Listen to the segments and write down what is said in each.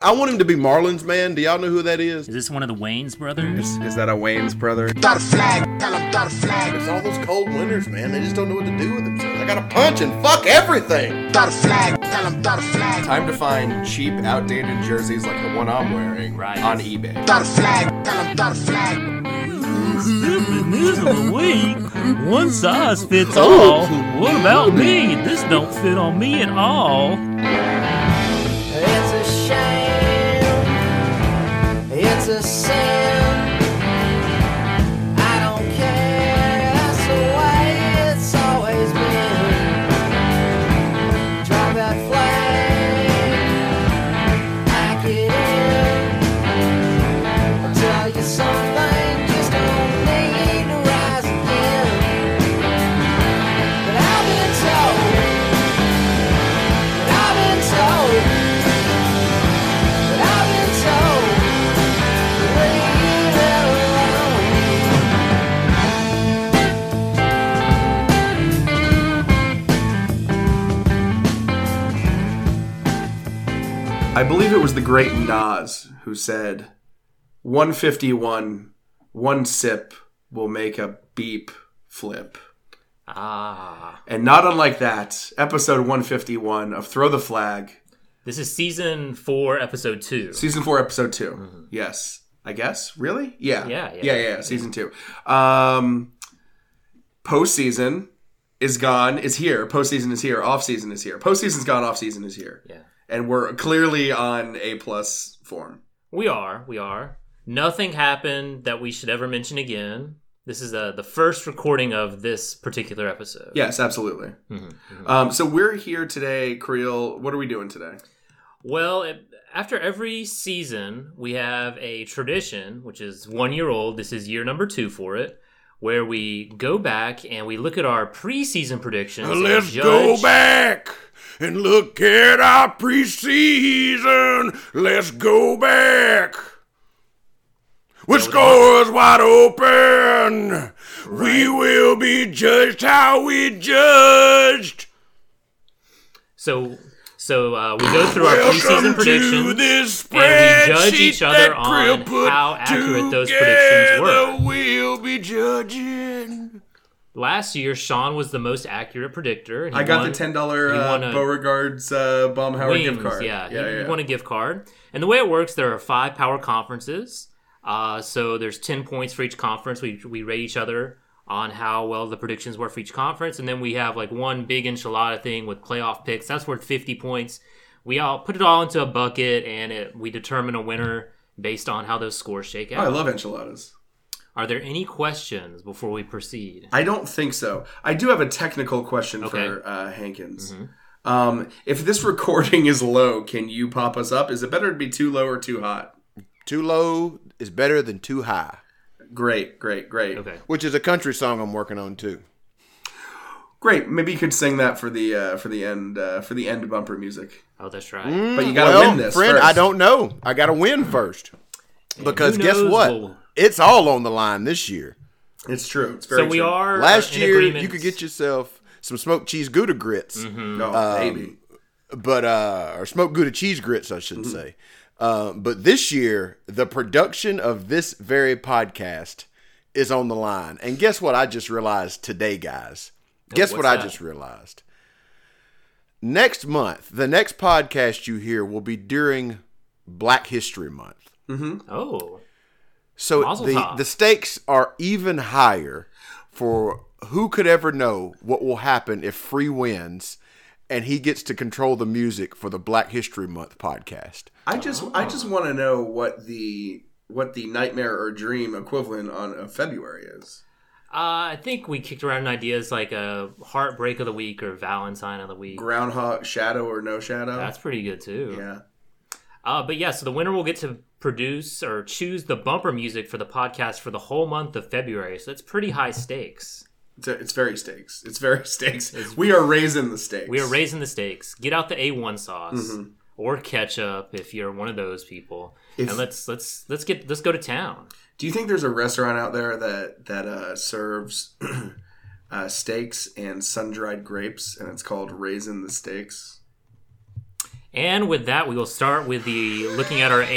I want him to be Marlins man. Do y'all know who that is? Is this one of the Wayne's brothers? Is that a Wayne's brother? Dar flag, tell him dar flag. It's all those cold winters, man. They just don't know what to do with themselves. They gotta punch and fuck everything. Dar flag, tell him dar flag. Time to find cheap, outdated jerseys like the one I'm wearing Right. on E- eBay. Dar flag, tell him dar flag. Stupid news of the week. One size fits all. What about me? This don't fit on me at all. It's a shame. It's a sin. I don't care. That's the way it's always been. Drive that flag. Pack it in. I'll tell you something. Just don't need to rise again. But I've been told. But I've been told. But I've been told. Leave it alone. I believe it was the great Nas who said, 151, one sip will make a beep flip. Ah. And not unlike that, episode 151 of Throw the Flag, This is season four, episode two. season four, episode 2 Yes, I guess. Really? Yeah. Mm-hmm. Yeah, yeah. yeah, yeah, Season two. Um, postseason is gone. Is here. Postseason is here. Off season is here. Postseason's gone. Off season is here. Yeah. And we're clearly on a plus form. We are. We are. Nothing happened that we should ever mention again. This is uh, the first recording of this particular episode. Yes, absolutely. Mm-hmm, Um, so we're here today, Creel. What are we doing today? Well, it, after every season, we have a tradition, which is one year old. This is year number two for it, where we go back and we look at our preseason predictions. and Let's judge- go back and look at our preseason. Let's go back. With scores wide open, we will be judged how we judged. So, so uh, we go through our preseason Welcome to predictions. this and we judge each spreadsheet other that on Krill put how accurate those predictions were. together. We'll be judging. Last year, Sean was the most accurate predictor. He I got won- the ten dollar you uh, wanna- Beauregard's uh, Baumhauer gift Wings, card. Yeah, yeah, you, yeah. you want a gift card. And the way it works, there are five power conferences. Uh, so there's 10 points for each conference. We, we rate each other on how well the predictions were for each conference. And then we have like one big enchilada thing with playoff picks. That's worth 50 points. We all put it all into a bucket and it, we determine a winner based on how those scores shake Oh, I out. love enchiladas. Are there any questions before we proceed? I don't think so. I do have a technical question for Okay. Mm-hmm. uh, Hankins. Um, if this recording is low, can you pop us up? Is it better to be too low or too hot? Too low is better than too high, Great, great, great, Okay. which is a country song I'm working on too. great. Maybe you could sing that for the uh, for the end uh, for the end bumper music. Oh, that's right. Mm, But you gotta well, win this, friend, first. I don't know. I got to win first because who guess knows what? what will- It's all on the line this year. It's true. It's very So we true. are uh, Last in year, you agreement. Mm-hmm. could get yourself some smoked cheese Gouda grits, No, Um, maybe. but uh, or smoked Gouda cheese grits, I should Mm-hmm. say. Uh, but this year, the production of this very podcast is on the line. And guess what? I just realized today, guys. Guess what what's I that? just realized. Next month, the next podcast you hear will be during Black History Month. Oh, So Mazel the, tov. the stakes are even higher for who could ever know what will happen if Free wins and he gets to control the music for the Black History Month podcast. I just I oh. just want to know what the what the nightmare or dream equivalent on of February is. Uh, I think we kicked around ideas like a heartbreak of the week or Valentine of the week. Groundhog shadow or no shadow? That's pretty good too. yeah. Uh, but yeah, so the winner will get to produce or choose the bumper music for the podcast for the whole month of February. So that's pretty high stakes. It's, it's very stakes. It's very stakes. we are raising the stakes. We are raising the stakes. Get out the A1 sauce Mm-hmm. or ketchup if you're one of those people, and let's let's let's get let's go to town. Do you think there's a restaurant out there that that uh, serves uh, steaks and sun dried grapes, and it's called Raisin the Steaks? And with that, we will start with the looking at our ACC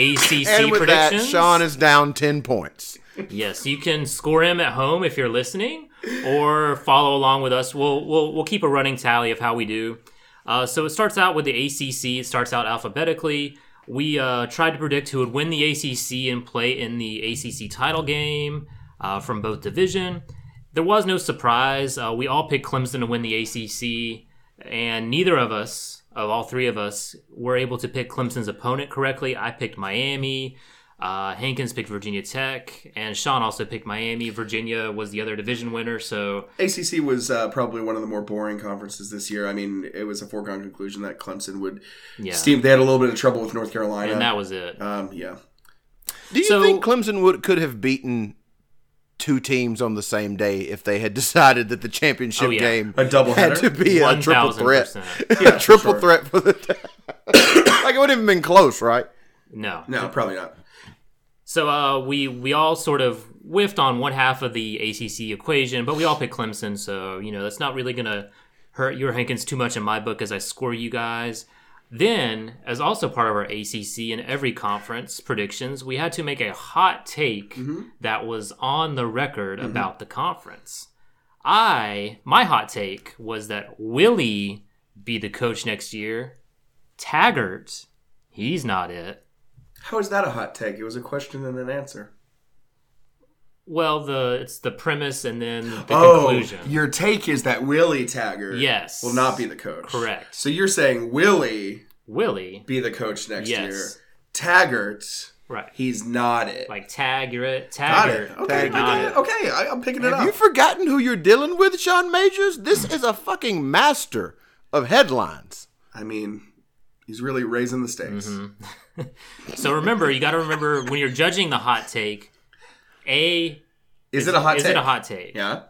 And with that, predictions. Sean is down 10 points. Yes, you can score him at home if you're listening, or follow along with us. We'll we'll we'll keep a running tally of how we do. Uh, so it starts out with the ACC. It starts out alphabetically. We uh, tried to predict who would win the ACC and play in the ACC title game uh, from both division. There was no surprise. Uh, we all picked Clemson to win the ACC, and neither of us, of all three of us, were able to pick Clemson's opponent correctly. I picked Miami. Uh, Hankins picked Virginia Tech, and Sean also picked Miami. Virginia was the other division winner, so ACC was uh, probably one of the more boring conferences this year. I mean, it was a foregone conclusion that Clemson would yeah, steam. They had a little bit of trouble with North Carolina. and that was it. um, yeah. Do you So- think Clemson would could have beaten two teams on the same day if they had decided that the championship Oh, yeah. game A doubleheader? had to be a triple threat? 1000%. a triple sure. threat for the like it wouldn't even been close, right? No, No, probably not. So uh, we we all sort of whiffed on one half of the ACC equation, but we all picked Clemson. So you know that's not really gonna hurt your Hankins too much in my book as I score you guys. Then, as also part of our ACC and every conference predictions, we had to make a hot take that was on the record about the conference. I my hot take was that Willie be the coach next year. Taggart, he's not it. How is that a hot take? It was a question and an answer. Well, the it's the premise and then the Oh, conclusion. your take is that Willie Taggart Yes. will not be the coach. Correct. So you're saying Willie Willie, be the coach next Yes. year. Taggart, right? he's not it. Like Taggart, Got it. Taggart. Okay, I get it. okay, I, I'm picking it Have you up. forgotten who you're dealing with, Sean Majors? This is a fucking master of headlines. I mean, he's really raising the stakes. Mm-hmm. So remember, you got to remember when you're judging the hot take. A Is it a hot is take? it a hot take? Yeah.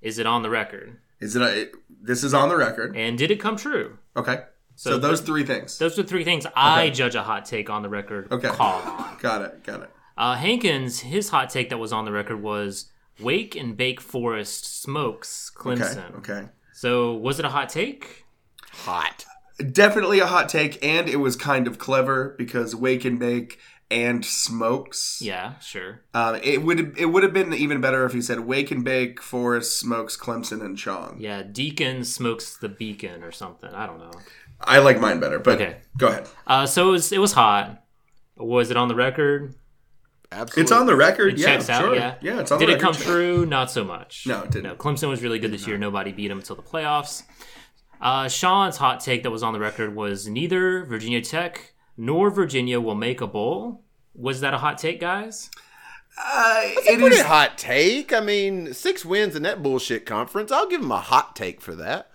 Is it on the record? Is it a? It, this is on the record. And did it come true? Okay. So, So those three things. Those are three things I judge a hot take on the record. Okay. Call on. Got it. Got it. Uh, Hankins, his hot take that was on the record was Wake and Bake Forest smokes Okay. Clemson. Okay. So was it a hot take? Hot. Definitely a hot take, and it was kind of clever because Wake and Bake and Smokes. Yeah, sure. Um, it would it would have been even better if he said Wake and Bake, Forrest, Smokes, Clemson, and Chong. Yeah, Deacon smokes the beacon or something. I don't know. I like mine better, but Okay. go ahead. Uh, so it was, it was hot. Was it on the record? Absolutely. It's on the record. It yeah, checks out. sure. Yeah, it's on Did the it record. come true? Not so much. No, it didn't. No, Clemson was really good this year. Nobody beat them until the playoffs. Uh, Sean's hot take that was on the record was neither Virginia Tech nor Virginia will make a bowl. Was that a hot take, guys? Uh, it Pretty is. hot take. I mean, six wins in that bullshit conference. I'll give him a hot take for that.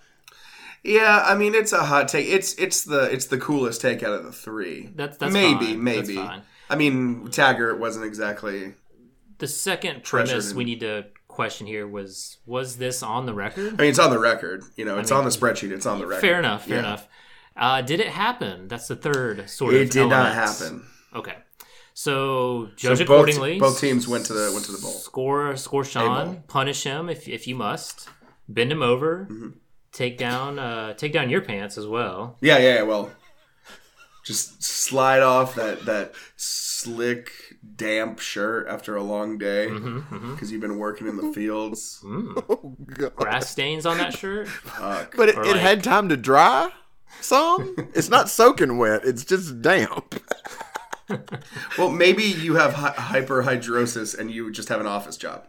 Yeah, I mean it's a hot take. It's it's the it's the coolest take out of the three. That's- that's maybe fine. That's maybe. fine. I mean Taggart wasn't exactly. The second Pressured premise him. we need to question here was was this on the record? I mean it's on the record. You know, it's on the spreadsheet. It's on the record. Fair enough. Fair Yeah. enough. Uh, did it happen? That's the third sort of. It did not element. happen. Okay. So So judge both- accordingly. Both, teams went to the went to the bowl. Score, score, Sean. bowl. Punish him if if you must. Bend him over. Mm-hmm. Take down, uh, take down your pants as well. Yeah, yeah, yeah. Well, just slide off that that slick, damp shirt after a long day because you've been working in the fields. Grass stains on that shirt. But it, Or it like- had time to dry some. it's not soaking wet. It's just damp. Well, maybe you have hy- hyperhidrosis and you just have an office job.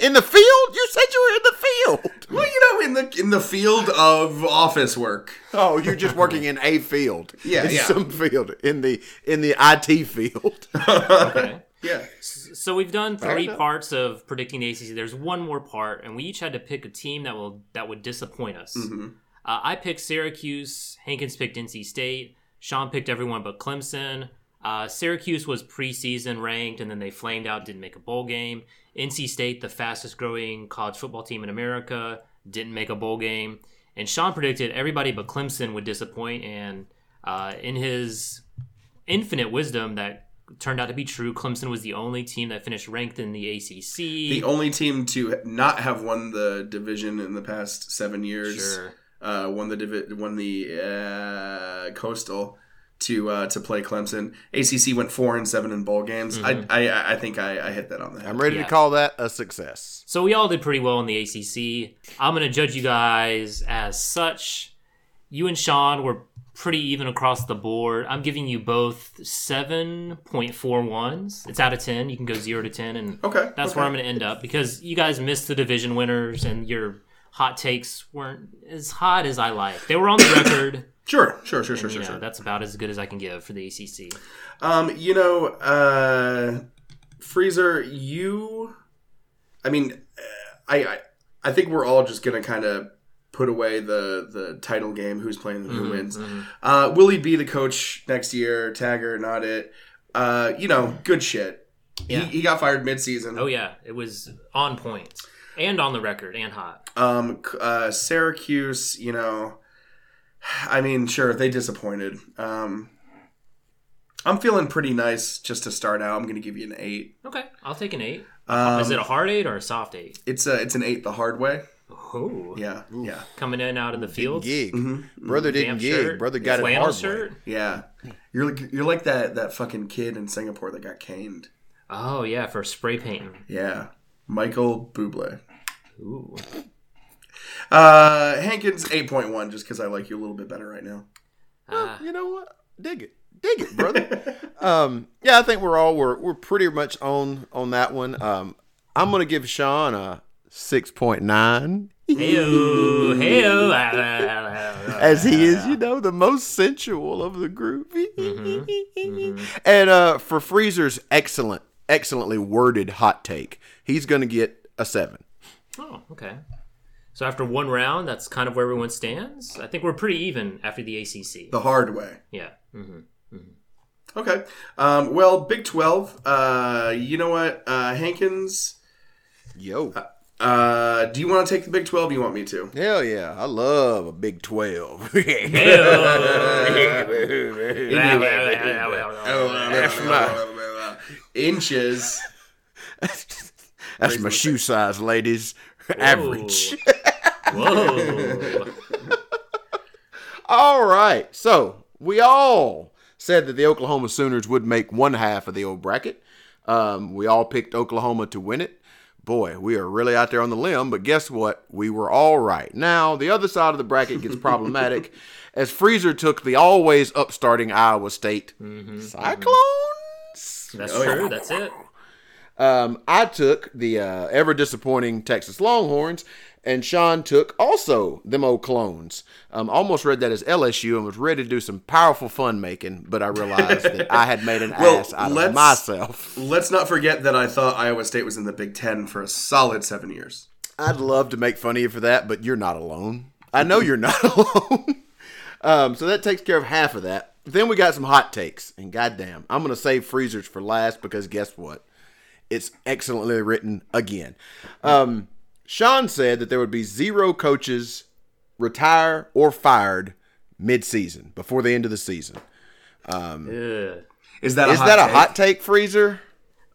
In the field? You said you were in the field. Well, you know, in the in the field of office work. Oh, you're just working in a field. Yeah, in yeah. some field in the in the IT field. Okay. Yeah, so we've done three enough. parts of predicting the ACC. There's one more part, and we each had to pick a team that will that would disappoint us. Mm-hmm. Uh, I picked Syracuse. Hankins picked NC State. Sean picked everyone but Clemson. Uh, Syracuse was preseason ranked, and then they flamed out, didn't make a bowl game. NC State, the fastest growing college football team in America, didn't make a bowl game. And Sean predicted everybody but Clemson would disappoint. And uh, in his infinite wisdom, that turned out to be true. Clemson was the only team that finished ranked in the ACC. the only team to not have won the division in the past seven years. Sure. uh, won the divi- won the uh, Coastal to uh, to play Clemson. ACC went four and seven in bowl games. Mm-hmm. I, I I think I, I hit that on the head. I'm ready Yeah. to call that a success. So we all did pretty well in the ACC. I'm going to judge you guys as such. You and Sean were pretty even across the board. I'm giving you both 7.41s. It's out of 10. You can go 0 to 10 and Okay, that's okay. where I'm going to end up because you guys missed the division winners and your hot takes weren't as hot as I like. They were on the record. Sure, sure, sure, sure, you sure, know, sure. that's about as good as I can give for the ACC. Um, you know, uh, Freezer, you. I mean, uh, I, I I think we're all just gonna kind of put away the the title game, who's playing and who Mm-hmm, wins. Uh, will he be the coach next year? Tagger, not it. Uh, you know, good shit. Yeah. He, he got fired midseason. Oh yeah, it was on point and on the record and hot. Um, c- uh, Syracuse, you know, I mean, sure, they disappointed. Um, I'm feeling pretty nice just to start out. I'm going to give you an eight. Okay, I'll take an 8. Um, Is it a hard eight or a soft eight? It's a it's an eight the hard way. Oh, Yeah, yeah, coming in out of the field. Gig. Mm-hmm. Brother didn't Damn gig. shirt, Brother got it flannel hard. shirt. yeah. You're like you're like that that fucking kid in Singapore that got caned. Oh yeah, for spray painting. Yeah, Michael Bublé. Ooh. Uh, Hankins eight point one just because I like you a little bit better right now. Ah. Well, you know what? Dig it, dig it, brother. um, yeah, I think we're all we're we're pretty much on on that one. Um, I'm gonna give Sean a six point nine, Heyo, heyo. ah, ah, ah, ah. as he is, you know, the most sensual of the group. Mm-hmm. And uh, for Freezer's excellent, excellently worded hot take, he's gonna get a seven. oh, okay. So after one round, that's kind of where everyone stands. I think we're pretty even after the ACC. Oh. The hard way. Yeah. hmm Okay. Um, well, Big Twelve. Uh, you know what, uh, Hankins. Yo, Uh, do you want to take the Big Twelve? You want me to? hell yeah, I love a Big Twelve. Inches. That's my shoe size, ladies. Average. Oh. Whoa. All right. So we all said that the Oklahoma Sooners would make one half of the old bracket. Um, we all picked Oklahoma to win it. Boy, we are really out there on the limb, but guess what? We were all right. Now, the other side of the bracket gets problematic as Freezer took the always upstarting Iowa State Cyclones. That's true. That's it. Um, I took the uh, ever disappointing Texas Longhorns, and Sean took also them old clones. Um, almost read that as LSU and was ready to do some powerful fun making, but I realized that I had made an Well, ass out let's- of myself. Let's not forget that I thought Iowa State was in the Big Ten for a solid seven years. I'd love to make fun of you for that, but you're not alone. I know you're not alone. um, so that takes care of half of that. Then we got some hot takes, and goddamn, I'm gonna save freezers for last because guess what? It's excellently written again. Um, Sean said that there would be zero coaches retire or fired mid-season before the end of the season. Ugh. Is that Is that a hot take, Freezer?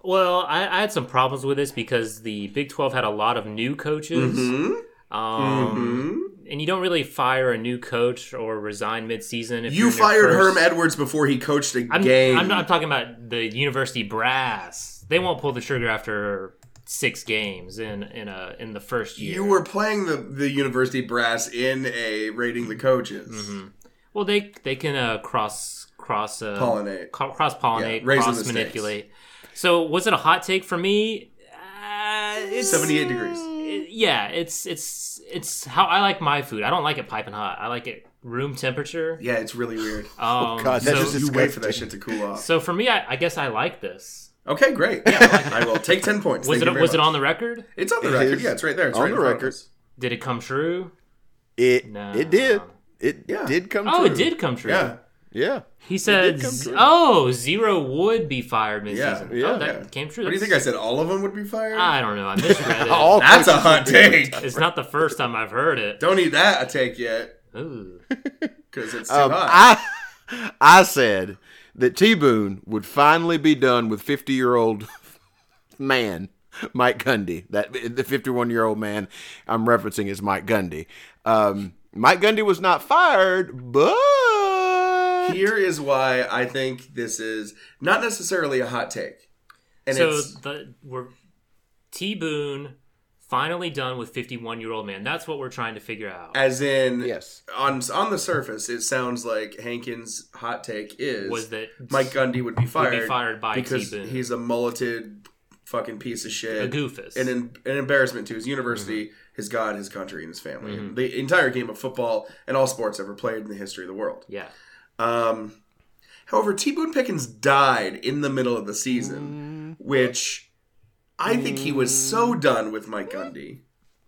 Well, I, I had some problems with this because the Big 12 had a lot of new coaches. Mm-hmm. Mm-hmm. Um, And you don't really fire a new coach or resign midseason. If You you're in your fired first- Herm Edwards before he coached a I'm, game. I'm, not, I'm talking about the university brass. They won't pull the trigger after six games in in a in the first year. you were playing the, the university brass in a rating the coaches. well. They they can uh, cross cross uh, Pollinate. cross pollinate, Yeah, raising the cross stakes. manipulate. So was it a hot take for me? Uh, it's, 78 degrees. it- yeah, it's it's it's how I like my food. I don't like it piping hot. I like it room temperature. Yeah, it's really weird. Um, God, that so, just- you wait for that shit to cool off. so for me, I, I guess I like this. Okay, great. Yeah, I, like that. I will take ten points. Was Thank you it very was it much. on the record? It's on the It record. is Yeah, it's right there. It's on right the in front of record. us. Did it come true? It No. it did. It Yeah. did come Oh, true. it did come true. Yeah, Yeah. He said, did come z- true. "Oh, zero would be fired midseason." Yeah, yeah, oh, that yeah. came true. What do you think? I said all of them would be fired. I don't know. I misread it. All That's a coaches hot would be take. it's not the first time I've heard it. Don't eat that a take yet Ooh. because it's too Um, hot. I I said that T Boone would finally be done with fifty year old man Mike Gundy. That the fifty one year old man I'm referencing is Mike Gundy. Um, Mike Gundy was not fired, but Here is why I think this is not necessarily a hot take. And so it's the we're T Boone finally done with fifty one year old man. That's what we're trying to figure out. as in yes, on on the surface it sounds like Hankins hot take is was that Mike Gundy would be fired, fired by because T-Boone. he's a mulleted fucking piece of shit. a Mm-hmm. goofus? an, em- an embarrassment to his university, his God, his country, and his family. Mm-hmm. The entire game of football and all sports ever played in the history of the world. yeah, Um, however, T Boone Pickens died in the middle of the season, Mm. which I think he was so done with Mike Gundy,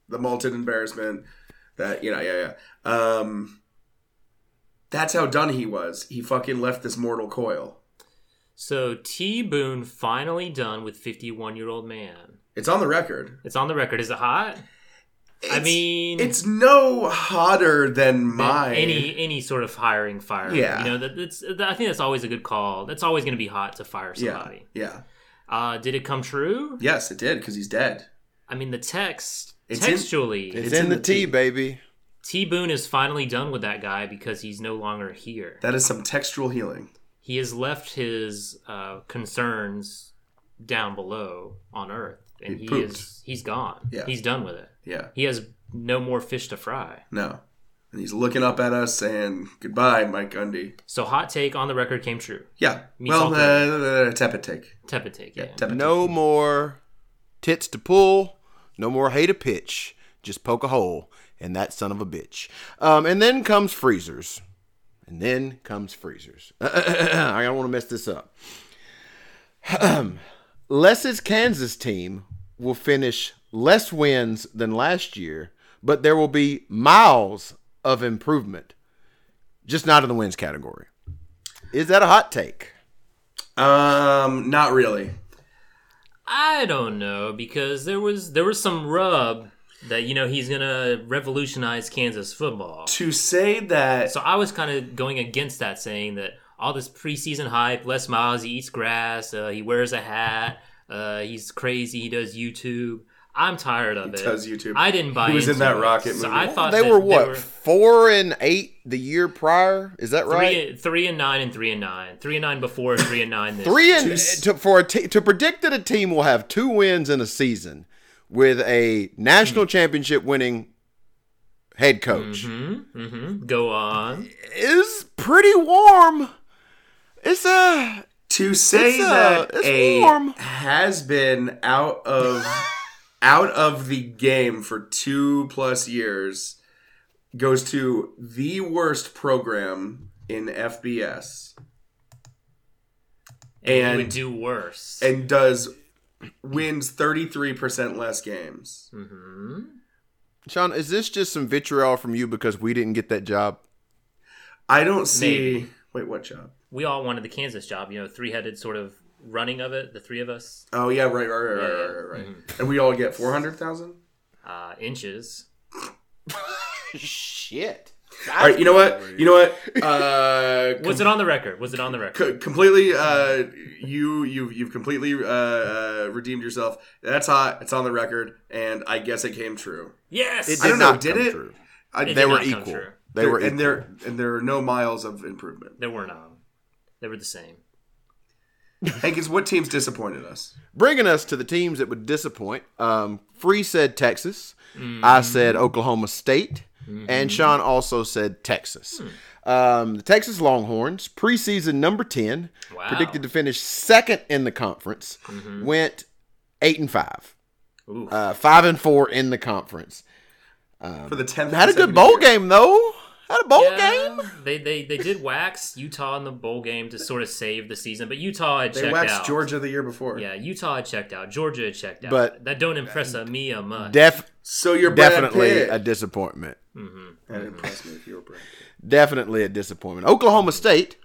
the malted embarrassment that you know, yeah, yeah. Um, that's how done he was. He fucking left this mortal coil. so T Boone finally done with fifty one year old man. It's on the record. It's on the record. Is it hot? I It's- mean, it's no hotter than than mine. any any sort of hiring fire. Yeah. you know that, that's. That, I think that's always a good call. That's always going to be hot to fire somebody. Yeah, yeah. Uh, did it come true? Yes, it did because he's dead. I mean, the text It's in- textually, it's, in, the T, baby. T Boone is finally done with that guy because he's no longer here. That is some textual healing. he has left his uh, concerns down below on Earth, and He he, pooped. is he's gone. Yeah. He's done with it. Yeah, He has no more fish to fry. no. And he's looking up at us saying goodbye, Mike Gundy. So, hot take on the record came true. Yeah. Me well, salty. uh, uh, tepid take. Tepid take. Yeah. Yeah, tepid take. No more tits to pull. No more hay to pitch. Just poke a hole in that son of a bitch. Um, and then comes freezers. And then comes freezers. I don't want to mess this up. Les's Kansas team will finish less wins than last year, but there will be miles of improvement. Just not in the wins category. Is that a hot take? Um, not really. I don't know because there was there was some rub that you know he's gonna revolutionize Kansas football. To say that So I was kind of going against that, saying that all this preseason hype, Les Miles, he eats grass, uh, he wears a hat, uh, he's crazy, he does YouTube. I'm tired of it. does YouTube. I didn't buy. He was in into that it. Rocket So movie. I thought they that were what were four and eight the year prior. Is that right? three, three and nine and three and nine, three and nine before, and three and nine. This Three and Two s- to, for a te- to predict that a team will have two wins in a season with a national championship winning head coach Mhm. Go on. is pretty warm. It's a to say It's, uh, that it's a warm. has been out of out of the game for two plus years goes to the worst program in FBS. He And would do worse. and does wins 33% less games. Sean. Is this just some vitriol from you because we didn't get that job? I don't see wait what job? we all wanted the Kansas job, you know, three-headed sort of running of it. The three of us, Oh yeah, right right right right right, right, right. And we all get 400,000? Mm-hmm. uh, inches. Shit. All right, you know what? You know what? Uh Was it on the record? Was it on the record? c- completely uh you you've you've completely uh, uh redeemed yourself. That's hot. It's on the record and I guess it came true. Yes. It I did don't know, not did come it? true. I, It They did were not come equal. true. They were and equal. there and there are no miles of improvement. There were none. They were the same. Hankins, what teams disappointed us? bringing us to the teams that would disappoint. Um, Free said Texas. I said Oklahoma State. And Sean also said Texas. Um, the Texas Longhorns, preseason number 10, Wow. predicted to finish second in the conference, went 8 and 5. Ooh. Uh, 5 and 4 in the conference. Um, For the 10th Had a good consecutive bowl year. game, though. Had a bowl Yeah, game. They, they they did wax Utah in the bowl game to sort of save the season, but Utah had They checked waxed out. Georgia the year before. Yeah, Utah had checked out. Georgia had checked out. But- that don't impress a me a much. Def- So you're Brad definitely Pitt. a disappointment. That impressed me if you were Brad Pitt. definitely a disappointment. Oklahoma State,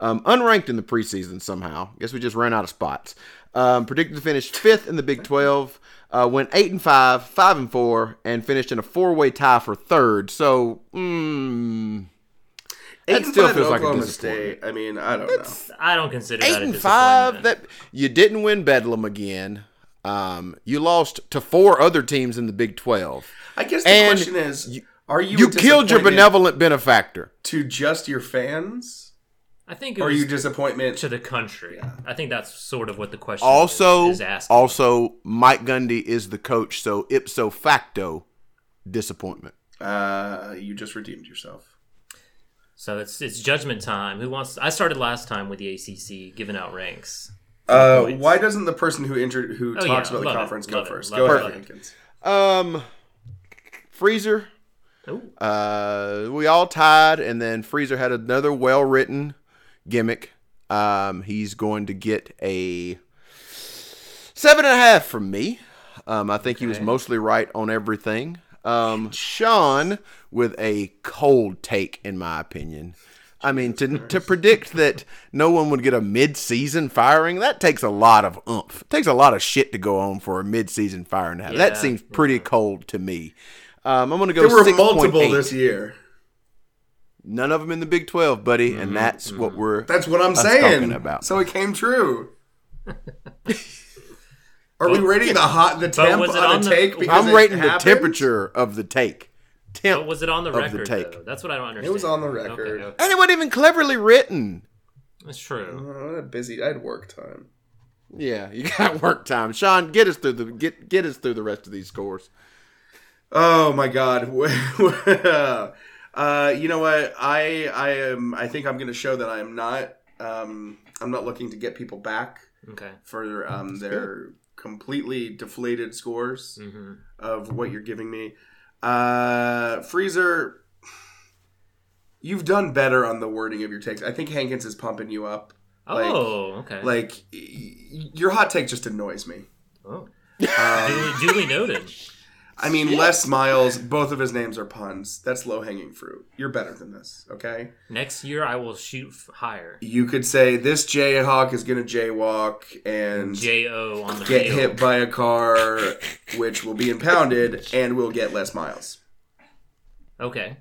um, unranked in the preseason somehow. Guess we just ran out of spots. Um, predicted to finish fifth in the Big Twelve. Uh, went eight and five, five and four, and finished in a four-way tie for third. So, mm, Eight that and still five feels like a Oklahoma disappointment. State. I mean, I don't know. I don't consider Eight that a and five. disappointment. That you didn't win Bedlam again. Um, you lost to four other teams in the Big Twelve. I guess the and question is, you- Are you You killed your disappointment benevolent benefactor. to just your fans, I think it or was you disappointment? to the country. I think that's sort of what the question Also, is, is asking. also Mike Gundy is the coach, so ipso facto disappointment. Uh, you just redeemed yourself. so it's it's judgment time. Who wants? I started last time with the ACC giving out ranks. Uh, why doesn't the person who inter- who Oh, talks yeah. about the Love it. conference go Love it. first? Love Go it. ahead, Perfect. Jenkins. Um, Freezer. Ooh. Uh, we all tied, and then Freezer had another well-written gimmick. Um, he's going to get a seven and a half from me. Um, I think he was mostly right on everything. Um, Sean with a cold take, in my opinion. I mean, to, to predict that no one would get a mid-season firing, that takes a lot of oomph. It takes a lot of shit to go on for a mid-season firing. happen. Yeah, that seems pretty cold to me. Um, I'm going to go There were 6.8. multiple this year. None of them in the Big 12, buddy, Mm-hmm. and that's what we're That's what I'm us saying. talking about. So it came true. Are we rating the hot the temp was on, it on a the- take? because I'm it rating the happened? temperature of the take. Temp. But Oh, was it on the the record? take. though? That's what I don't understand. It was on the Okay, record. okay. and it wasn't even cleverly written. That's true. Oh, I had a busy. I had work time. Yeah, you got work time. Sean, get us through the get get us through the rest of these scores. Oh my god. uh, you know what? I I am. I think I'm going to show that I am not. Um, I'm not looking to get people back Okay. for um, their completely deflated scores Mm. Mm-hmm. of what you're giving me. Uh, Freezer, you've done better on the wording of your takes. I think Hankins is pumping you up. Like- oh, okay. Like y- y- your hot take just annoys me. Um, oh. duly, duly noted. I mean, Les Miles, both of his names are puns. That's low hanging fruit. You're better than this, okay? Next year, I will shoot f- higher. You could say this Jayhawk is going to jaywalk and J O on the get field. hit by a car, which will be impounded, and we'll get Les Miles. Okay.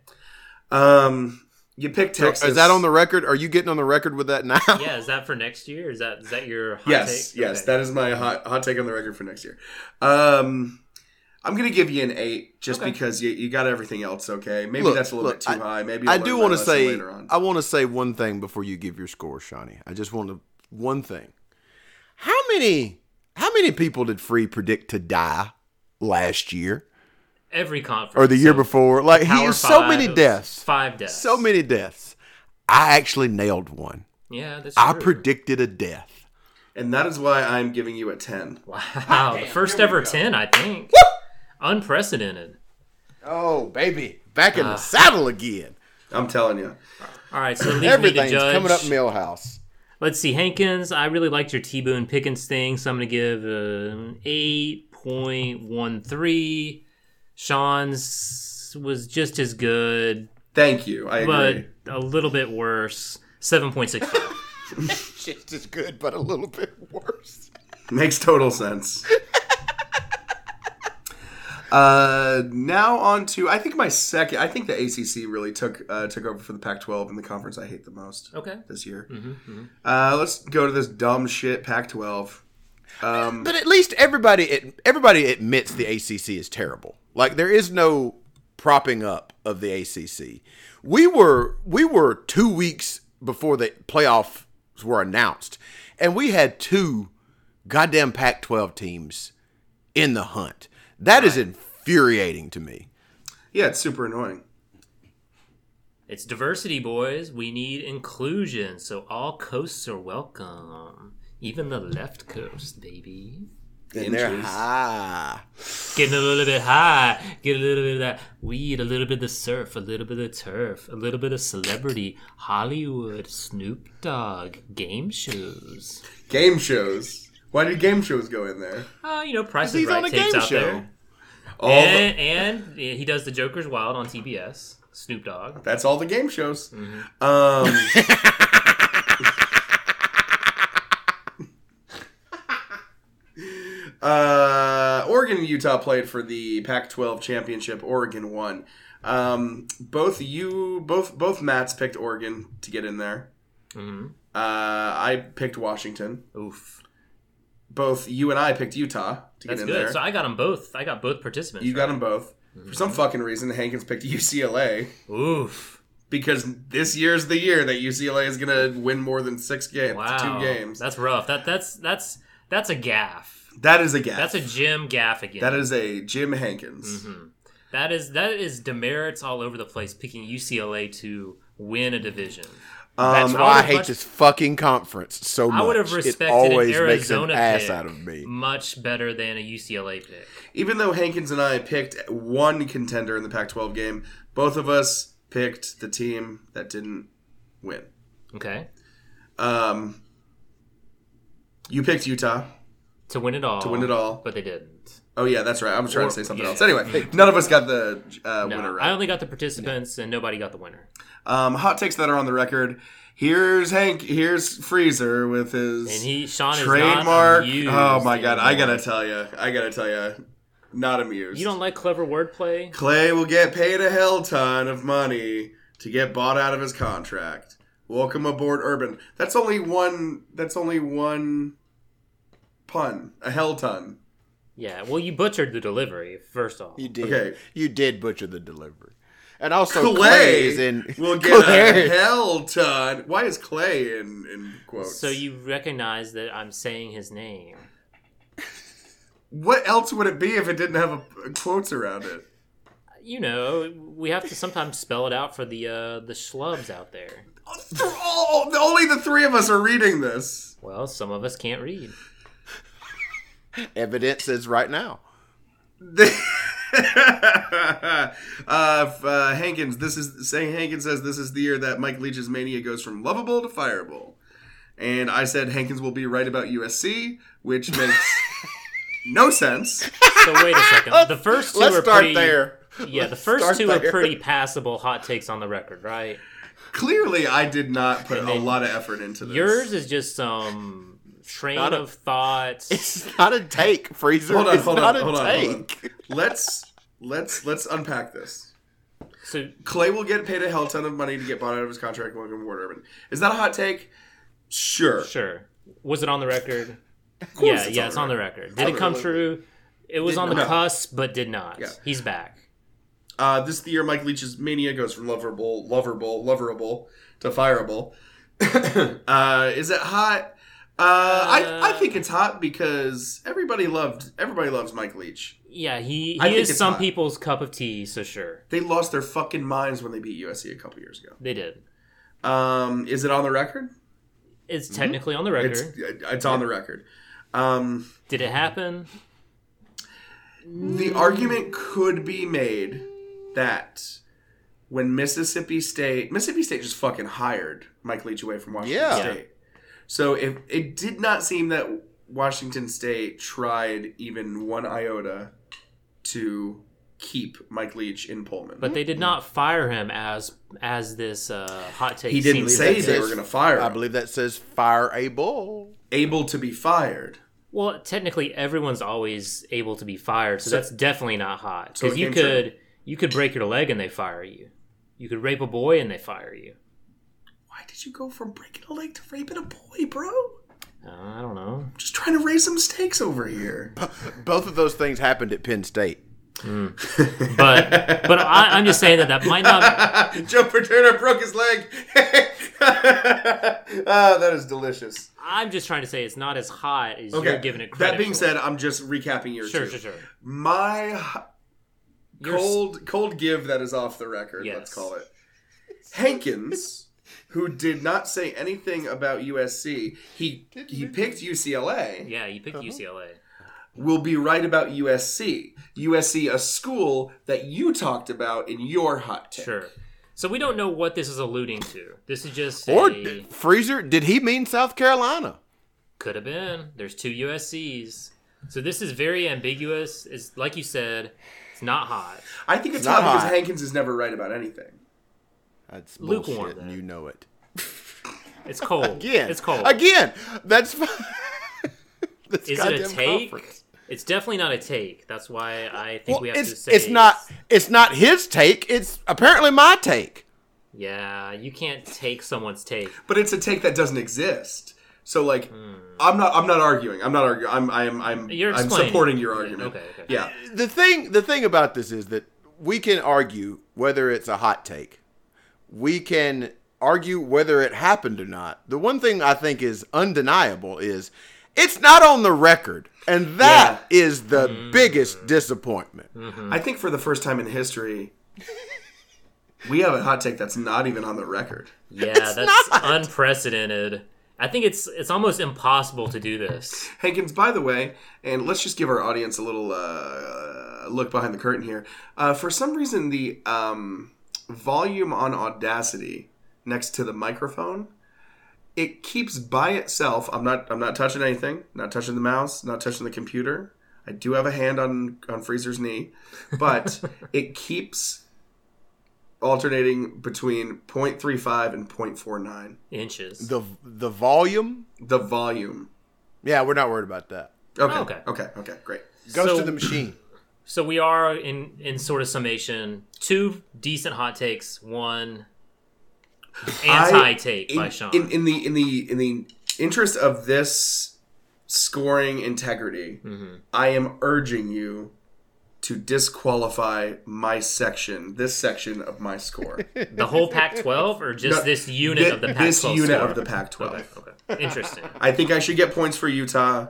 Um, you picked Texas. Is that on the record? Are you getting on the record with that now? Yeah. Is that for next year? Is that is that your hot Yes, take? yes, Okay. that is my hot hot take on the record for next year. Um, I'm gonna give you an eight just because you, you got everything else okay. Maybe Look, that's a little look, bit too I- high. Maybe I I'll do learn my want to lesson say later on. I want to say one thing before you give your score, Shawnee. I just want to one thing. How many how many people did Free predict to die last year Every conference or the year so before? Like he Power is so five, many it was deaths. Five deaths. So many deaths. I actually nailed one. Yeah. That's I true. predicted a death. and that is why I'm giving you a ten. Wow, the first ever ten, I think. Unprecedented. Oh, baby. Back Ah. in the saddle again. I'm telling you. All right, so that leaves me to Everything's judge. coming up Millhouse. Let's see, Hankins. I really liked your T Boone Pickens thing, so I'm going to give an eight point one three. Sean's was just as good, Thank you. I agree. but a little bit worse. Seven point six five. Just as good, but a little bit worse. Makes total sense. uh, now on to I think my second. I think the ACC really took uh, took over for the Pac-12 and the conference I hate the most Okay. this year. Uh, let's go to this dumb shit Pac-12. But at least everybody ad- everybody admits the ACC is terrible. Like there is no propping up of the ACC. We were we were 2 weeks before the playoffs were announced and we had two goddamn Pac-12 teams in the hunt. That is infuriating to me. Yeah, it's super annoying. It's diversity, boys. We need inclusion, so all coasts are welcome, even the left coast, baby. And they're Inches. high. Getting a little bit high, get a little bit of that weed, a little bit of surf, a little bit of turf, a little bit of celebrity, Hollywood, Snoop Dogg, game shows. Game shows. Why did game shows go in there? Uh, you know, Price is He's Right on a takes game out show. there. All the- And, and he does The Joker's Wild on TBS, Snoop Dogg. that's all the game shows. Um, uh, Oregon and Utah played for the Pac-12 championship. Oregon won. Um, both you, both both Matts picked Oregon to get in there. Uh, I picked Washington. Mm-hmm. Oof. Both you and I picked Utah to That's get in good. there. So I got them both. I got both participants. you got them both. For some Mhm. fucking reason, Hankins picked UCLA Oof. because this year's the year that UCLA is going to win more than six games, Wow. two games. That's rough. That that's that's that's a gaff. That is a gap. That's a Mhm. Jim gaff again. that is a Jim Hankins. that is that is demerits all over the place. Picking UCLA to win a division. That's Um, I why Um, I would've hate much- this fucking conference so much. I would have it respected always an Arizona makes an ass pick out of me. much better than a UCLA pick. Even though Hankins and I picked one contender in the Pac 12 game, both of us picked the team that didn't win. Okay, Um, you picked Utah. to win it all. To win it all. but they didn't. Oh, yeah, that's right. I was trying Or- to say something yeah. else. Anyway, none of us got the uh, No, winner I right. only got the participants, and nobody got the winner. Um, hot takes that are on the record. Here's Hank. Here's Freezer with his And he, Sean, trademark. Is not Oh my god! amused I gotta anymore. tell you, I gotta tell you, not amused. You don't like clever wordplay? Clay will get paid a hell ton of money to get bought out of his contract. Welcome aboard, Urban. That's only one. That's only one pun. A hell ton. Yeah. Well, you butchered the delivery first off. You did. Okay. You did butcher the delivery. And also Clay, Clay, is in will get Clay- a hell ton. Why is Clay in in quotes? So you recognize that I'm saying his name. What else would it be if it didn't have a, uh, quotes around it? You know, we have to sometimes spell it out for the uh, the schlubs out there. They're all- only the three of us are reading this. Well, some of us can't read. evidence is right now. uh, uh, Hankins, this is saying Hankins says this is the year that Mike Leach's mania goes from lovable to fireable. And I said Hankins will be right about USC, which makes no sense. So wait a second. The first 2 Let's are start pretty. there. Yeah, the Let's first start two there. are pretty passable hot takes on the record, right? Clearly, I did not put And a then lot of effort into this. Yours is just some train Not a- of thoughts. It's not a take, Freezer. Hold on, it's hold on, not a hold on, take. hold on. Let's let's let's unpack this. So Clay will get paid a hell ton of money to get bought out of his contract. Welcome aboard, Urban. Is that a hot take? Sure. sure, was it on the record? course yeah, it's yeah, on it's the on the record. Did it come true? It was on the not. cusp, but did not. Yeah. He's back. Uh, this is the year Mike Leach's mania goes from lovable, lovable, loverable to fireable. uh, is it hot? Uh, I, I think it's hot because everybody loved everybody loves Mike Leach. Yeah, he, I he think is it's some hot. people's cup of tea, so sure. They lost their fucking minds when they beat USC a couple years ago. They did. Um, is it on the record? It's technically on the record. Mm-hmm. It's it's on the record. Um, Did it happen? the argument could be made that when Mississippi State, Mississippi State just fucking hired Mike Leach away from Washington Yeah. State. So if it did not seem that Washington State tried even one iota to keep Mike Leach in Pullman. But they did not fire him as as this uh, hot take. he didn't seems to- say they were going to fire I him. believe that says fire a bull. Able to be fired. Well, technically, everyone's always able to be fired, so, that's definitely not hot. So it Because you came could you could break your leg and they fire you. You could rape a boy and they fire you. Why did you go from breaking a leg to raping a boy, bro? Uh, I don't know. Just trying to raise some stakes over here. Both of those things happened at Penn State. But but I, I'm just saying that that might not. Jumper Turner broke his leg. ah, that is delicious. I'm just trying to say it's not as hot as you're giving it credit. that being for. said, I'm just recapping your sure, two. sure, sure. My h- You're s- cold cold give that is off the record. Yes. Let's call it Hankins, who did not say anything about USC. He he picked UCLA. Yeah, you picked UCLA. Will be right about USC. USC, a school that you talked about in your hot take. Sure. So we don't know what this is alluding to. This is just Or a- did- Freezer, did he mean South Carolina? could have been. There's two USCs. So this is very ambiguous. It's like you said, it's not hot. I think it's Not hot because hot. Hankins is never right about anything. That's Lukewarm, bullshit, and then. you know it. It's cold. Again, It's cold. Again, that's. that's Is it a goddamn take? conference. It's definitely not a take. That's why I think Well, we have to it's say it's not it's not his take. It's apparently my take. Yeah, you can't take someone's take. but it's a take that doesn't exist. So like, I'm not I'm not arguing. I'm not arguing. I'm I'm I'm, Hmm. You're I'm explaining. supporting your Yeah, argument. okay, okay. Yeah. The thing the thing about this is that we can argue whether it's a hot take. We can argue whether it happened or not. The one thing I think is undeniable is it's not on the record. And that is the biggest disappointment. Hmm. I think for the first time in history, we have a hot take that's not even on the record. Yeah, that's unprecedented. I think it's it's almost impossible to do this. Hankins, by the way, and let's just give our audience a little uh, look behind the curtain here. Uh, for some reason, the um, volume on Audacity next to the microphone it keeps by itself. I'm not I'm not touching anything. Not touching the mouse. Not touching the computer. I do have a hand on on Freezer's knee, but it keeps alternating between 0.35 and 0.49 Inches. The the volume? the volume Yeah, we're not worried about that. Okay. Oh, okay. okay. Okay. Great. Goes So- to the machine. So we are in in sort of summation, two decent hot takes, one anti take In, by Sean. in in the in the in the interest of this scoring integrity, Mm-hmm. I am urging you to disqualify my section, this section of my score. the whole Pac-12 or just No, this unit Thi- of the Pac-12? this unit score? of the Pac-12. Okay. Interesting. I think I should get points for Utah,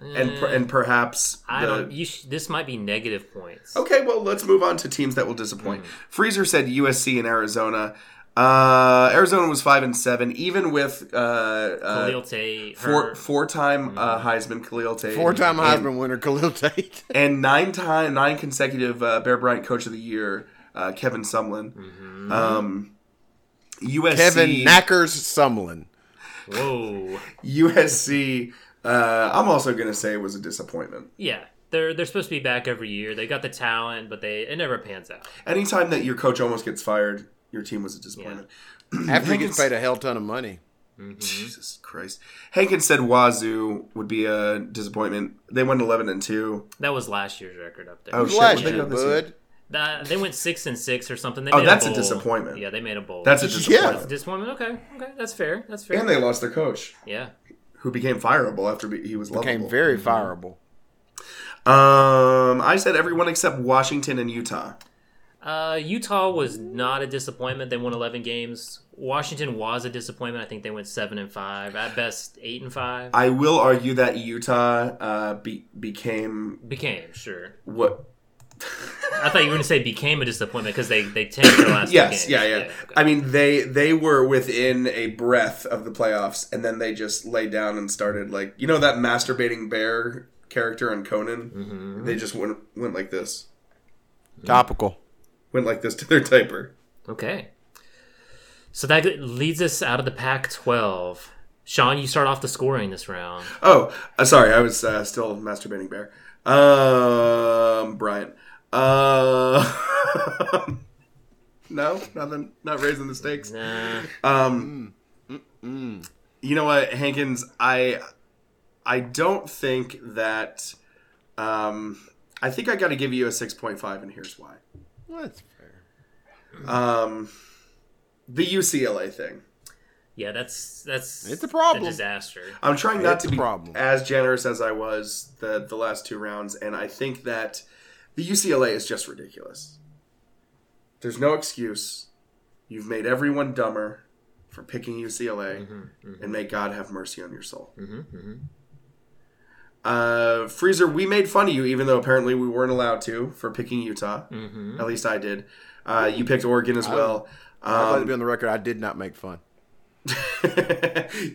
and per, and perhaps Eh. I the- don't. You sh- this might be negative points. Okay, well, let's move on to teams that will disappoint. Mm-hmm. Freezer said USC and Arizona. Uh, Arizona was five and seven, even with uh, uh, Khalil Tate, four her- four time uh, Heisman Khalil Tate, Four time and- Heisman winner Khalil Tate. and nine time nine consecutive uh, Bear Bryant Coach of the Year uh, Kevin Sumlin. Um, USC Kevin Knackers Sumlin. Whoa. USC. Uh, I'm also gonna say was a disappointment. Yeah, they're they're supposed to be back every year. They got the talent, but they it never pans out. Anytime that your coach almost gets fired, your team was a disappointment. After he gets Hankins- paid a hell ton of money. Jesus Christ. Hankins said Wazoo would be a disappointment. They went 11 and 2. That was last year's record up there. Oh, shit. Last What'd they year, go this year? bud. That- they went six and six or something. They Oh, made that's a bowl. disappointment. Yeah, they made a bowl. That's a Yeah. disappointment. disappointment. Okay, okay, that's fair. That's fair. And they lost their coach, yeah, who became fireable after be- he was Became lovable. very fireable. um, I said everyone except Washington and Utah. uh, Utah was not a disappointment. They won eleven games. Washington was a disappointment. I think they went seven and five at best, eight and five. I will argue that Utah uh, be- became Became sure. what. I thought you were going to say became a disappointment because they they tanked their last. two Yes, games. yeah, yeah. okay. I mean, they they were within a breath of the playoffs, and then they just laid down and started like you know that masturbating bear character on Conan. They just went went like this. Topical. went like this to their diaper. Okay. So that leads us out of the Pac 12. Sean, you start off the scoring this round. Oh, uh, sorry, I was uh, still masturbating bear. Um, Brian. Uh, no, nothing. Not raising the stakes. Nah. Um, you know what, Hankins? I I don't think that. Um, I think I got to give you a six point five, and here's why. That's fair. Um, the UCLA thing. Yeah, that's that's It's a problem. disaster. I'm trying not It's to a be problem. as generous as I was the the last two rounds, and I think that the UCLA is just ridiculous. There's no excuse. You've made everyone dumber for picking UCLA, Mm-hmm, and may God have mercy on your soul. Uh, Freezer, we made fun of you, even though apparently we weren't allowed to for picking Utah. At least I did. Uh, you picked Oregon as well. I'd like Um, to be on the record. Mm-hmm. I did not make fun.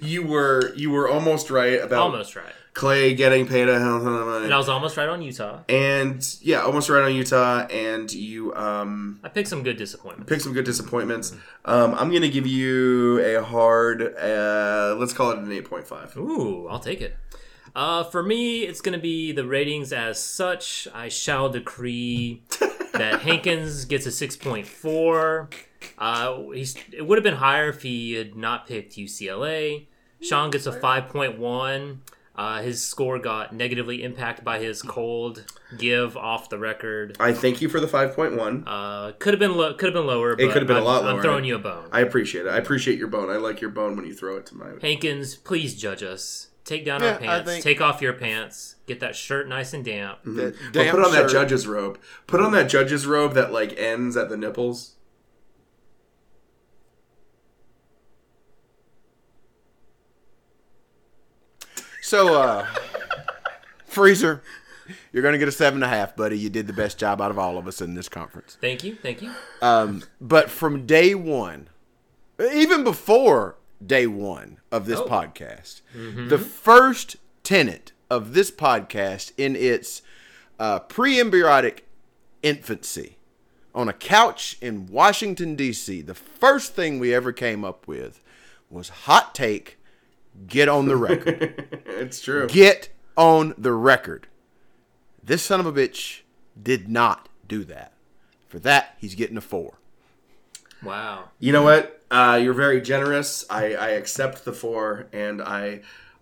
you were you were almost right about Almost right. Clay getting paid a hell of And I money. was almost right on Utah. And yeah, almost right on Utah. And you um, I picked some good disappointments. pick some good disappointments. Um, I'm going to give you a hard, uh, let's call it an 8.5. Ooh, I'll take it. Uh, for me, it's going to be the ratings as such. I shall decree that Hankins gets a 6.4. Uh, he's, it would have been higher if he had not picked UCLA. Sean gets a 5.1. Uh, his score got negatively impacted by his cold give off the record. I thank you for the 5.1. Uh, could have been lo- could have been lower. But could have been a I'm- lot I'm lower. throwing you a bone. I appreciate it. I appreciate your bone. I like your bone when you throw it to my. Hankins, please judge us. take down Yeah, our I pants, think- take off your pants, get that shirt nice and damp. That Well, damn put on that shirt. judge's robe. Put on that judge's robe that like ends at the nipples. So, uh, Freezer, you're going to get a seven and a half, buddy. You did the best job out of all of us in this conference. Thank you, thank you. Um, but from day one, even before day one of this Oh. podcast, the first tenet of this podcast in its uh, pre embryonic infancy on a couch in Washington, D.C., the first thing we ever came up with was hot take, get on the record. It's true. get on the record. This son of a bitch did not do that. For that, he's getting a four. Wow. You know what? Uh, you're very generous. I, I accept the four, and I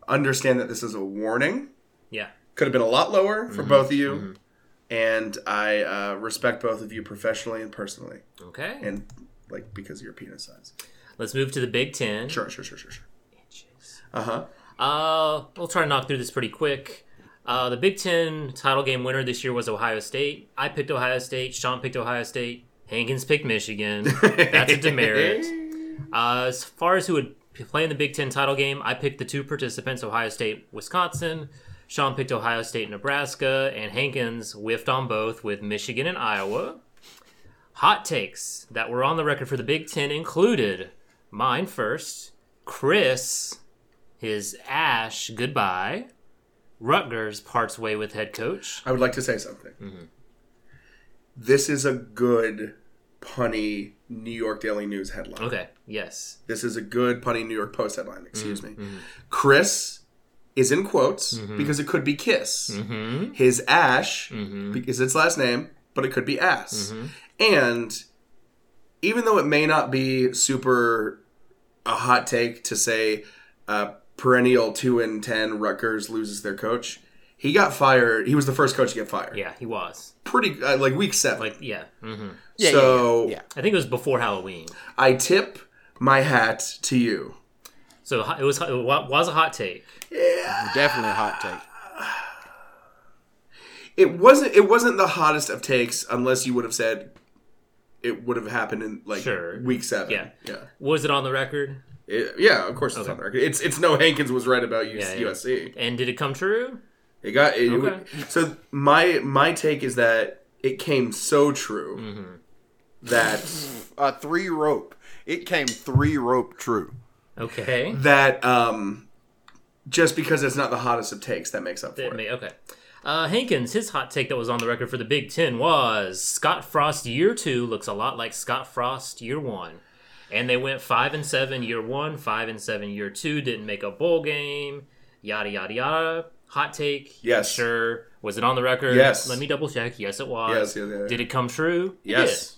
understand that this is a warning. Yeah. Could have been a lot lower for both of you, and I uh, respect both of you professionally and personally, Okay. and like because of your penis size. Let's move to the Big Ten. Sure, sure, sure, sure, sure. Uh huh. Uh, we'll try to knock through this pretty quick. Uh, the Big Ten title game winner this year was Ohio State. I picked Ohio State. Sean picked Ohio State. Hankins picked Michigan. That's a demerit. Uh, as far as who would play in the Big Ten title game, I picked the two participants Ohio State, Wisconsin. Sean picked Ohio State, Nebraska. And Hankins whiffed on both with Michigan and Iowa. Hot takes that were on the record for the Big Ten included mine first. Chris his Ash goodbye. Rutgers parts way with head coach. I would like to say something. This is a good punny New York Daily News headline. Okay, yes. This is a good punny New York Post Mm-hmm. headline. Excuse me. Chris is in quotes Mm-hmm. because it could be kiss. His ash Mm-hmm. be- is its last name, but it could be ass. And even though it may not be super a hot take to say uh, perennial two and ten Rutgers loses their coach, he got fired. He was the first coach to get fired. Yeah, he was. Pretty uh, like week seven. Like, yeah. hmm Yeah, so yeah, I think it was before Halloween. I tip my hat to you. So it was it wa- was a hot take. yeah. Definitely a hot take. it wasn't it wasn't the hottest of takes unless you would have said it would have happened in like Sure. week seven. Yeah. yeah, Was it on the record? It- yeah. Of course, it's on the record. It's it's no Hankins was right about US, Yeah, yeah. USC. And did it come true? It got it, Okay. so my my take is that it came so true Mm-hmm. that Uh, three rope. It came three rope true. Okay. that um just because it's not the hottest of takes that makes up for It it. may- okay. Uh, Hankins, his hot take that was on the record for the Big Ten was Scott Frost year two looks a lot like Scott Frost year one. And they went five and seven year one, five and seven year two, didn't make a bowl game, yada yada yada. Hot take. Yes. Sure. Was it on the record? Yes. Let me double check. Yes, it was. Yes, yes, yes. Did it come true? It did. Yes,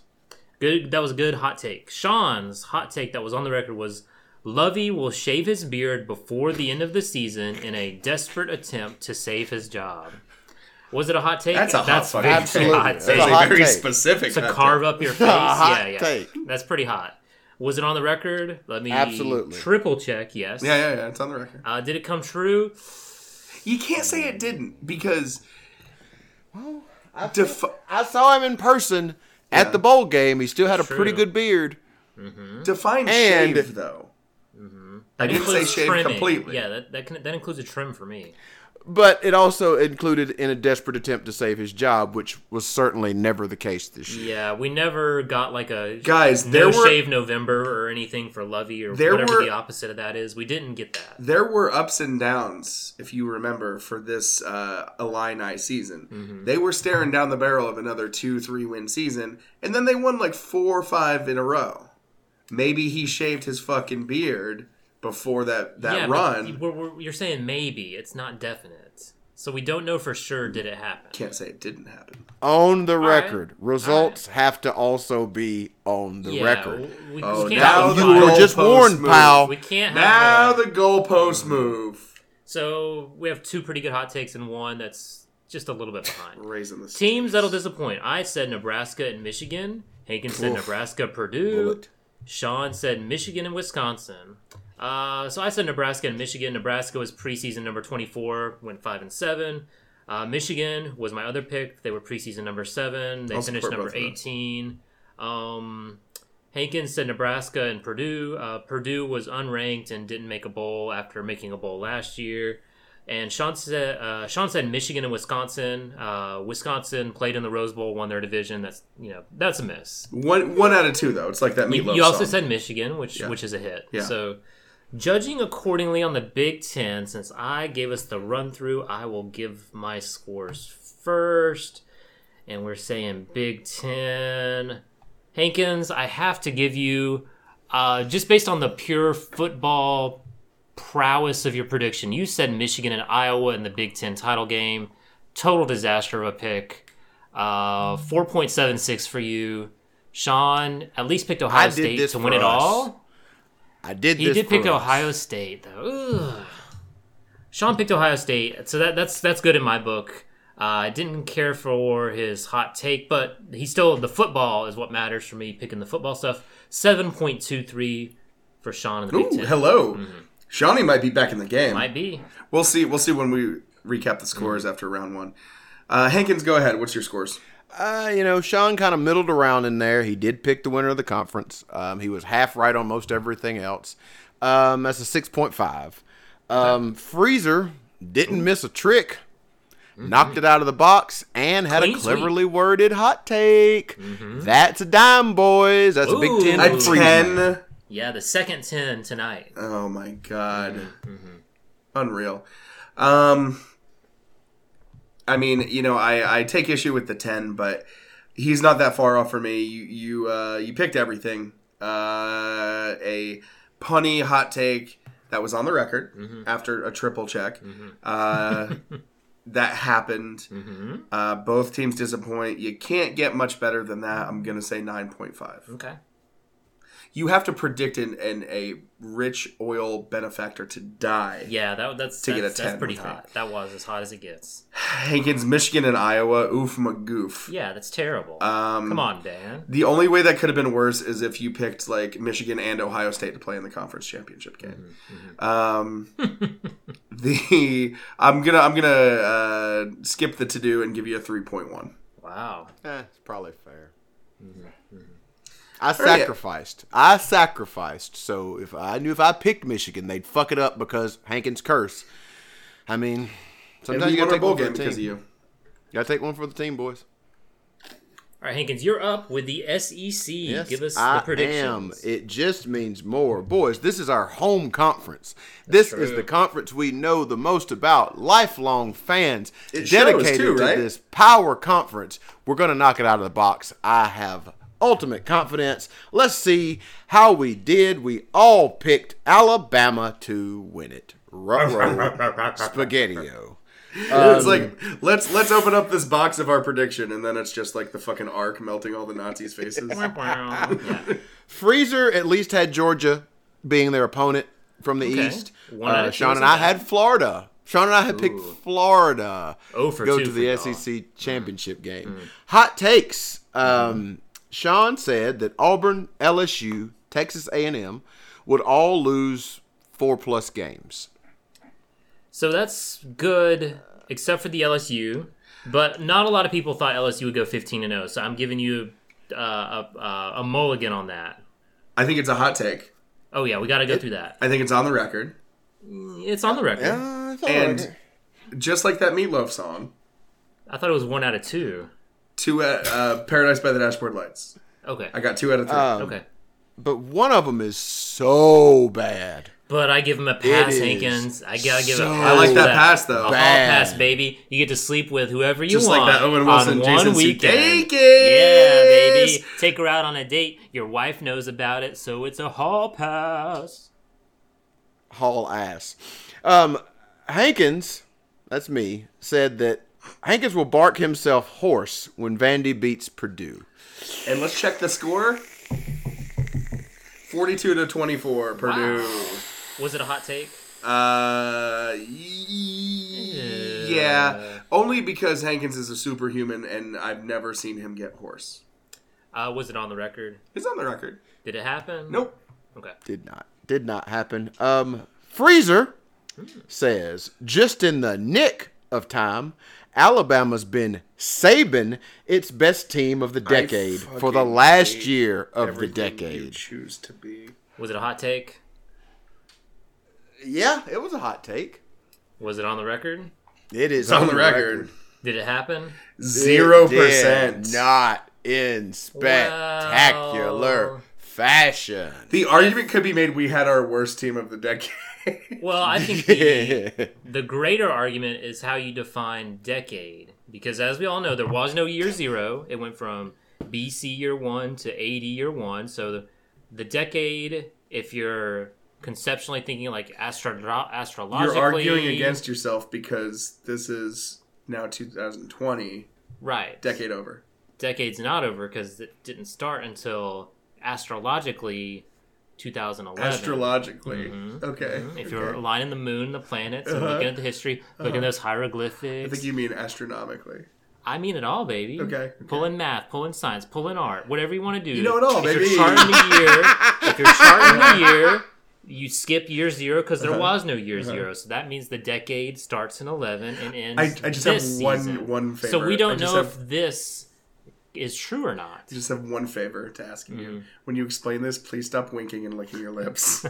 Good. That was a good hot take. Sean's hot take that was on the record was Lovey will shave his beard before the end of the season in a desperate attempt to save his job. Was it a hot take? that's a hot fucking very absolutely. take. hot That's take. That's a hot very take. specific to hot carve up your face. hot yeah, yeah. take. That's pretty hot. Was it on the record? Let me Absolutely. triple check. Yes. take. Yeah, yeah, yeah. It's on the record. Uh, did it come true? You can't say it didn't because I, defi- I saw him in person at the bowl game. He still had a pretty True. good beard. define And- shave though. That didn't say includes shave trimming. completely. Yeah, that that, can, that includes a trim for me. But it also included in a desperate attempt to save his job, which was certainly never the case this year. Yeah, we never got like a Guys, no there were- shave November or anything for Lovey or There whatever were- the opposite of that is. We didn't get that. There were ups and downs, if you remember, for this uh, Illini season. Mm-hmm. They were staring down the barrel of another two, three win season, and then they won like four or five in a row. Maybe he shaved his fucking beard before that that yeah, but run. We're, we're, you're saying maybe it's not definite, so we don't know for sure. Did it happen? Can't say it didn't happen. On the right. record, results have to also be on the yeah, record. We, we Oh, can't now have you the a were bias. just goalpost warned, move. pal. we can't Now have a- the goalpost Mm-hmm. move, so we have two pretty good hot takes and one that's just a little bit behind. raising the Teams that'll disappoint. I said Nebraska and Michigan. Hankins said Nebraska, Purdue. Bullet. Sean said Michigan and Wisconsin. Uh, so I said Nebraska and Michigan. Nebraska was preseason number 24, went 5 and 7. Uh, Michigan was my other pick. They were preseason number 7. They I'll finished support number both of those. 18. Um, Hankins said Nebraska and Purdue. Uh, Purdue was unranked and didn't make a bowl after making a bowl last year. And Sean said, uh, Sean said Michigan and Wisconsin. Uh, Wisconsin played in the Rose Bowl, won their division. That's you know that's a miss. One one out of two though. It's like that meatloaf. You, you also song. said Michigan, which Yeah. which is a hit. Yeah. So judging accordingly on the Big Ten, since I gave us the run through, I will give my scores first. And we're saying Big Ten. Hankins, I have to give you uh, just based on the pure football prowess of your prediction. You said Michigan and Iowa in the Big Ten title game. Total disaster of a pick. Uh, 4.76 for you. Sean at least picked I Ohio did State this to win for it us. all. I did. He this did pick for us. Ohio State though. Ugh. Sean picked Ohio State, so that that's that's good in my book. Uh, I didn't care for his hot take, but he still the football is what matters for me. Picking the football stuff, seven point two three for Sean in the Big Ooh, Ten. Mm-hmm. hello. Shawnee might be back in the game. Might Mm-hmm. be. We'll see. We'll see when we recap the scores after round one. Uh, Hankins, go ahead. What's your scores? Uh, you know, Sean kind of middled around in there. He did pick the winner of the conference. Um, he was half right on most everything else. Um, that's a six point five. Um, Freezer didn't miss a trick. Knocked it out of the box and had Mm-hmm. Clean a sweep. cleverly worded hot take. That's a dime, boys. That's a Ooh. Big Ten. A for A Freezer. ten. Yeah, the second ten tonight. Oh my god. Unreal. Um I mean, you know, I, I take issue with the ten, but he's not that far off for me. You you uh you picked everything. Uh a punny hot take that was on the record after a triple check. Uh that happened. Uh both teams disappoint. You can't get much better than that. I'm gonna say nine point five Okay. you have to predict an, an a rich oil benefactor to die. Yeah, that that's To get a that's, that's 10 pretty with me. hot. That was as hot as it gets. Hankins, Michigan, and Iowa. Oof, magoof. Yeah, that's terrible. Um, Come on, Dan. The only way that could have been worse is if you picked like Michigan and Ohio State to play in the conference championship game. Um, Mm-hmm, the I'm gonna I'm gonna uh, skip the to do and give you a three point one. Wow. Eh, it's probably fair. Mm-hmm. I yeah. sacrificed. I sacrificed. So if I knew if I picked Michigan, they'd fuck it up because Hankins curse. I mean, And sometimes we you won gotta our take bowl one game for the because of team. You you. gotta take one for the team, boys. All right, Hankins, you're up with the SEC. Give us I the predictions. Am. It just means more. Boys, this is our home conference. this is the conference we know the most about. Lifelong fans It shows, dedicated too, right? to this power conference. We're going to knock it out of the box. I have ultimate confidence. Let's see how we did. We all picked Alabama to win it. Ruh-roh. Spaghettio. it's like let's let's open up this box of our prediction, and then it's just like the fucking arc melting all the Nazis' faces. yeah. Freezer at least had Georgia being their opponent from the Okay. East. One out Uh, of two Sean and isn't I had Florida. Sean and I had picked Florida. Oh, for go two to for the E y'all. Mm. SEC championship game. Hot takes. Mm-hmm. Um, Sean said that Auburn, LSU, Texas A&M would all lose four plus games. So that's good, except for the LSU. But not a lot of people thought LSU would go 15 and 0. So I'm giving you uh, a, a, a mulligan on that. I think it's a hot take. Oh yeah, we got to go through that. I think it's on the record. It's on the record. And just like that meatloaf song, I thought it was one out of two. two uh, uh, Paradise by the Dashboard Lights. Okay. I got two out of three. Oh. okay. but one of them is so bad. But I give him a pass, is Hankins. I gotta give so a pass. I like for that pass, though. A hall Bad. pass, baby. You get to sleep with whoever you Just like want. that Owen on Wilson, Jason one weekend. Sudeikis. Yeah, baby. Take her out on a date. Your wife knows about it, so it's a hall pass. haul ass. Um, Hankins, that's me, said that Hankins will bark himself hoarse when Vandy beats Purdue. And let's check the score. Forty-two to twenty-four, Purdue. Was it a hot take? Uh, y- yeah. Only because Hankins is a superhuman, and I've never seen him get hoarse. Uh, was it on the record? It's on the record. Did it happen? Nope. Okay. Did not. did not happen. Um, Freezer says, just in the nick of time, Alabama's been Saban its best team of the decade for the fucking last hate year of the Everything You decade. choose to be. Was it a hot take? Yeah, it was a hot take. Was it on the record? It is It's on the record. Did it happen? Zero It did percent. Not in spectacular Wow. fashion. The argument could be made we had our worst team of the decade. Well, I think the, the greater argument is how you define decade, because as we all know, there was no year zero. It went from BC year one to AD year one. So the, the decade, if you're conceptually thinking like astro- You're astrologically, arguing against yourself because this is now 2020, right decade over. Decade's not over because it didn't start until astrologically 2011. Astrologically. Okay. Mm-hmm. If you're okay. Uh-huh. aligning the moon, the planets, and looking at the history, looking at those hieroglyphics, I think you mean astronomically. I mean it all, baby. Okay, okay. Pull in math, pull in science, pull in art, whatever you want to do. You know it all, if baby. You're charting the year, if you're charting the year, you skip year zero because Uh-huh. there was no year zero. So that means the decade starts in 11 and ends. I, I just have this one season. one favor. So we I don't just know have, if this is true or not. I just have one favor to ask Mm-hmm. you. When you explain this, please stop winking and licking your lips.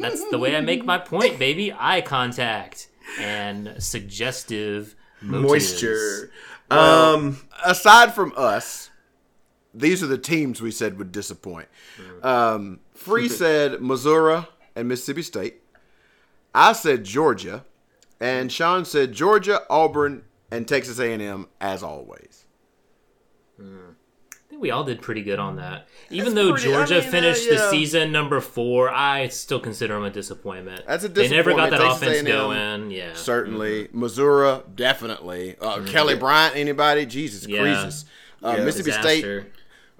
That's the way I make my point, baby. Eye contact and suggestive motives. Moisture. um aside from us, these are the teams we said would disappoint. Um, Free said Missouri and Mississippi State. I said Georgia, and Sean said Georgia, Auburn, and Texas A&M as always. I think we all did pretty good on that. Even though Georgia I mean, uh, finished the yeah. season number four, I still consider them a disappointment. That's a They never got disappointment. that Texas offense A&M. going. Yeah. Certainly, Mm-hmm. Missouri definitely. Uh, Kelly Bryant, anybody? Jesus Yeah. Christ! Uh, Yeah. Mississippi State. Disaster.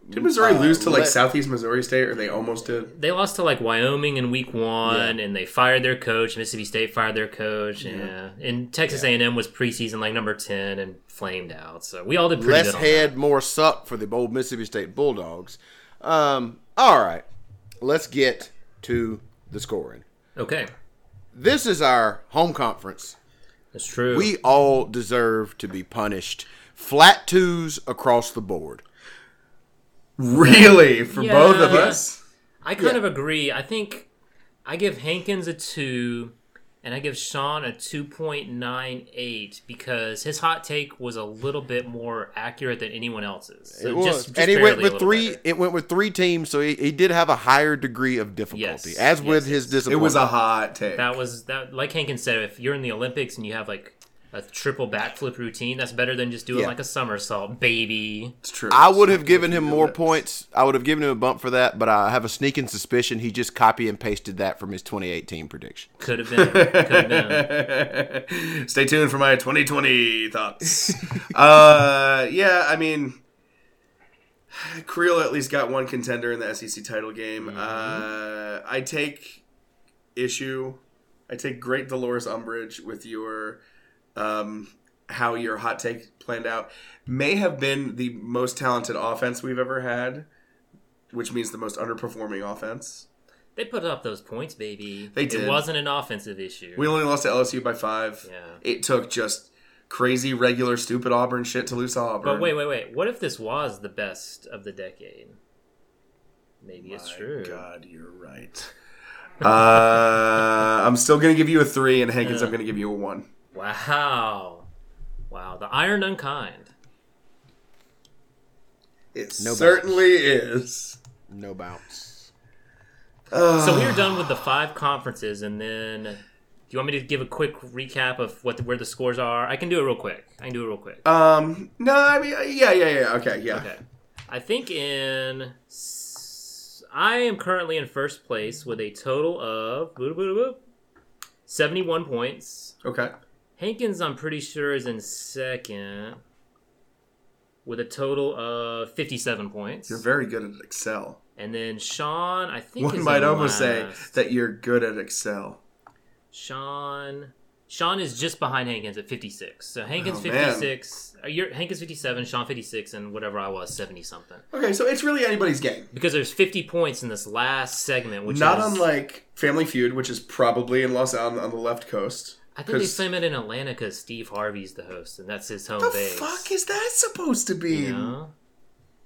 Did Missouri Uh, lose to like let- Southeast Missouri State, or they almost did? They lost to like Wyoming in week one, and they fired their coach. Mississippi State fired their coach. Yeah, and Texas A and M was preseason like number ten and flamed out. So we all did pretty Less good. on head, more suck for the old Mississippi State Bulldogs. Um, all right, let's get to the scoring. that. Okay, This is our home conference. that's true. We all deserve to be punished. Flat twos across the board. Really, for both of Yeah. us. I kind of agree. I think I give Hankins a two, and I give Sean a two point nine eight because his hot take was a little bit more accurate than anyone else's. So It was. just- just and it went barely a with little three. better. It went with three teams, so he, he did have a higher degree of difficulty, Yes. as with Yes, his It disappointment. was a hot take. That was that. Like Hankins said, if you're in the Olympics and you have like a triple backflip routine, that's better than just doing Yeah. like a somersault, baby. It's true. I would have given him more points. I would have given him a bump for that, but I have a sneaking suspicion he just copy and pasted that from his 2018 prediction. Could have been. Could have been. Stay tuned for my 2020 thoughts. uh, yeah, I mean, Creel at least got one contender in the SEC title game. Uh, I take issue. I take great Dolores umbrage with your um, how your hot take planned out. May have been the most talented offense we've ever had, which means the most underperforming offense. They put up those points, baby. They did. It wasn't an offensive issue. We only lost to LSU by five. Yeah. It took just crazy, regular, stupid Auburn shit to lose to Auburn. But wait, wait, wait. What if this was the best of the decade? Maybe it's true. God, you're right. uh, I'm still going to give you a three, and Hankins, I'm going to give you a one. Wow. Wow. The iron unkind. It No certainly is. No bounce. So we are done with the five conferences, and then do you want me to give a quick recap of what the, where the scores are? I can do it real quick. I can do it real quick. Um, no, I mean, yeah, yeah, yeah. Okay, yeah. Okay. I think in. s- I am currently in first place with a total of boop, boop, boop, 71 points. Okay. Hankins, I'm pretty sure, is in second with a total of 57 points. You're very good at Excel. And then Sean, I think One is might in almost say last. that you're good at Excel. Sean Sean is just behind Hankins at 56. So Hankins Oh, man. 56, uh, you're, Hankins 57, Sean 56, and whatever I was, 70 something. Okay, so it's really anybody's game. Because there's 50 points in this last segment, which Not is, unlike Family Feud, which is probably in Los on, on the left coast. I think they 'cause- film it in Atlanta because Steve Harvey's the host, and that's his home The base. fuck is that supposed to be? you know?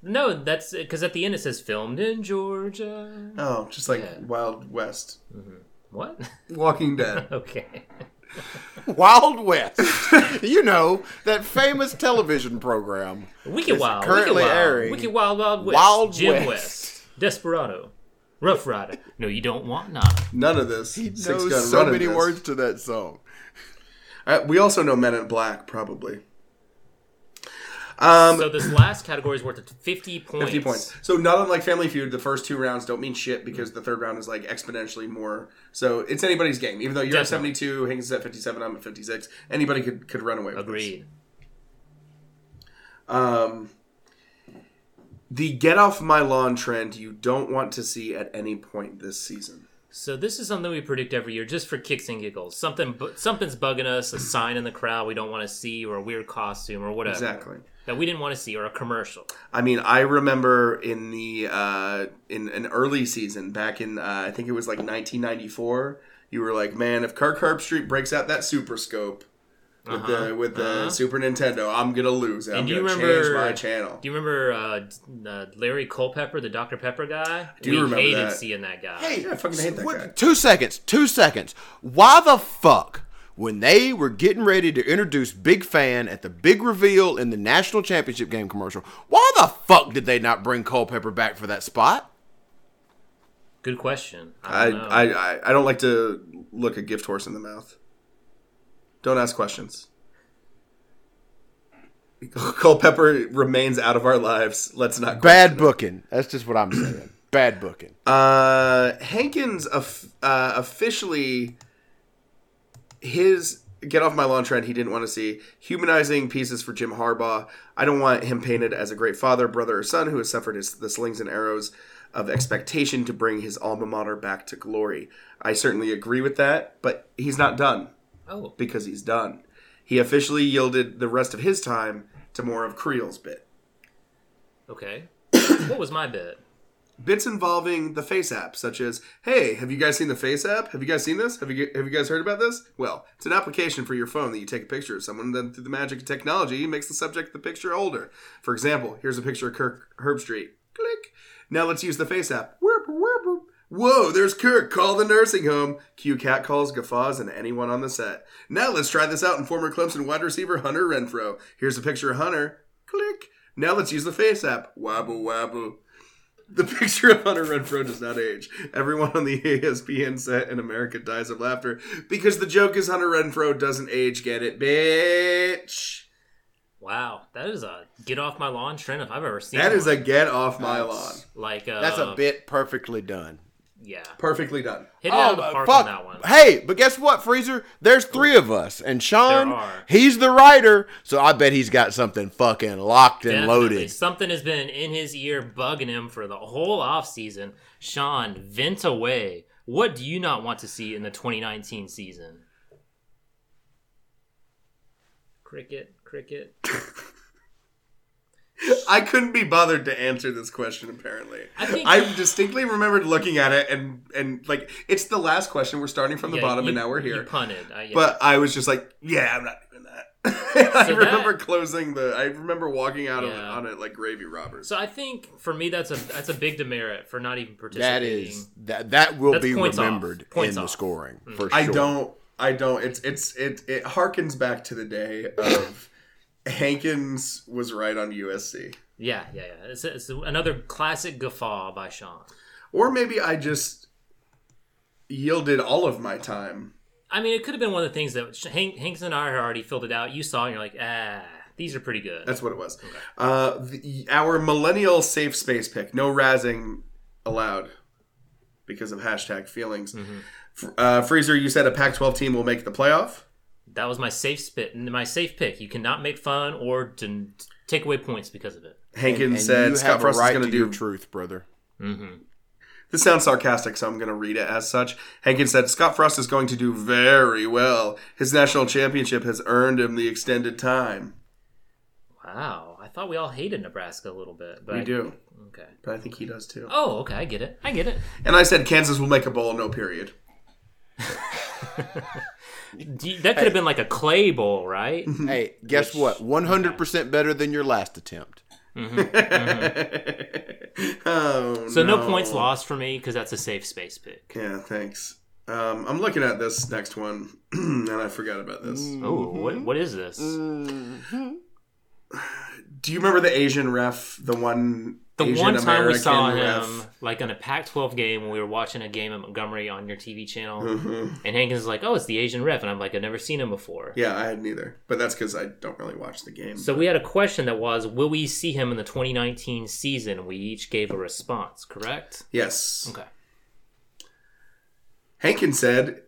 No, that's because at the end it says filmed in Georgia. Oh, just like Yeah. Wild West, What? Walking Dead. okay. Wild West. you know, that famous television program. Wicked Wild. currently Wicked Wild. airing Wicked Wild Wild West. Wild Jim West. West. Desperado. Rough Rider. No, you don't want none. None of this. He Knows so many words to that song. Uh, we also know Men in Black, probably. Um, So this last category is worth 50 points. 50 points. So not unlike Family Feud, the first two rounds don't mean shit because the third round is like exponentially more. So it's anybody's game. Even though you're Definitely. at 72, Higgins is at 57, I'm at 56. Anybody could could run away. With Agreed. This. Um, the get off my lawn trend you don't want to see at any point this season. So this is something we predict every year, just for kicks and giggles. Something, bu- something's bugging us. A sign in the crowd we don't want to see, or a weird costume, or whatever Exactly. that we didn't want to see, or a commercial. I mean, I remember in the uh, in an early season back in uh, I think it was like 1994. You were like, man, if Kirk Herbstreit breaks out that Super Scope with the with the Super Nintendo, I'm gonna lose. I'm Uh-huh, And do gonna you change remember- my channel. Do you remember uh, d- uh, Larry Culpepper, the Dr Pepper guy? do we remember hated that. seeing that guy. Yeah, I fucking hate that What- guy. Two seconds. Two seconds. Why the fuck? When they were getting ready to introduce Big Fan at the big reveal in the national championship game commercial, why the fuck did they not bring Culpepper back for that spot? Good question. I, I, don't know. I, I I don't like to look a gift horse in the mouth. Don't ask questions. Culpepper remains out of our lives. Let's not Bad booking. That's just what I'm saying. Bad booking. Uh, Hankins of, uh, officially his get off my lawn trend he didn't want to see humanizing pieces for Jim Harbaugh. I don't want him painted as a great father, brother, or son who has suffered his, the slings and arrows of expectation to bring his alma mater back to glory. I certainly agree with that, but he's not done oh, because he's done. He officially yielded the rest of his time to more of Creel's bit. okay. what was my bet? bits involving the face app such as hey have you guys seen the face app have you guys seen this have you have you guys heard about this well it's an application for your phone that you take a picture of someone and then through the magic of technology it makes the subject of the picture older for example here's a picture of kirk herbstreet click now let's use the face app Whirp, whirp, whirp. whoa there's kirk call the nursing home cue cat calls guffaws and anyone on the set now let's try this out in former clemson wide receiver hunter renfro here's a picture of hunter click now let's use the face app wabble wabble the picture of Hunter Renfro does not age. Everyone on the E ESPN set in America dies of laughter because the joke is Hunter Renfro doesn't age. Get it, bitch? Wow, that is a get off my lawn trend if I've ever seen. That one. is a get off my lawn. like uh, That's a bit perfectly done. Yeah, Perfectly done. hit it out of the but park on that one. Hey, but guess what, Freezer? There's three of us, and There Sean, are. he's the writer, so I bet he's got something fucking locked and Definitely. loaded. Something has been in his ear bugging him for the whole offseason. Sean, vent away. What do you not want to see in the 2019 season? Cricket, cricket. I couldn't be bothered to answer this question. Apparently, I think- I distinctly remembered looking at it and and like it's the last question. We're starting from the Yeah, bottom, you- and now we're You here. punted. I, yeah. But I was just like, yeah, I'm not doing that. I So that- remember closing the. I remember walking out on- Yeah. on it like gravy robbers. so I think for me that's a that's a big demerit for not even That participating. is that that will That's be points off. remembered Points in the off. Mm. scoring for sure. I don't. I don't. It's it's it it harkens back to the day of Hankins was right on USC, Yeah, yeah, yeah. It's, it's another classic guffaw by Sean. or maybe I just yielded all of my time. I mean, it could have been one of the things that Hank, Hanks and I had already filled it out. You saw, it and you're like, ah, these are pretty good. That's what it was. Uh, the, our millennial safe space pick. No razzing allowed because of hashtag feelings. Mm-hmm. F- Uh, Freezer, you said a Pac-12 team will make the playoff. That was my safe spit, my safe pick. You cannot make fun or to take away points because of it. Hankins And said you Scott have a Frost right is going to to do your truth, brother. This sounds sarcastic, so I'm going to read it as such. Hankin said, Scott Frost is going to do very well. His national championship has earned him the extended time. Wow. I thought we all hated Nebraska a little bit, but We I- do, Okay. but I think he does too. Oh, okay. I get it. I get it. And I said, Kansas will make a bowl, no period. Do you- that could have been like a clay bowl, right? Hey, guess what? 100% better than your last attempt. Oh, Mm-hmm. So no, points lost for me because that's a safe space pick. Yeah, thanks. Um, I'm looking at this next one, and I forgot about this. Oh, what, what is this? Uh, Do you remember the Asian ref, the one The Asian one time we American saw ref? him, like on a Pac-12 game, when we were watching a game at Montgomery on your TV channel, and Hankins is like, "Oh, it's the Asian ref," and I'm like, "I've never seen him before." Mm-hmm. Yeah, I had neither, but that's because I don't really watch the game. So we had a question that was, "Will we see him in the 2019 season?" We each gave a response, correct? yes, Okay. Hankin said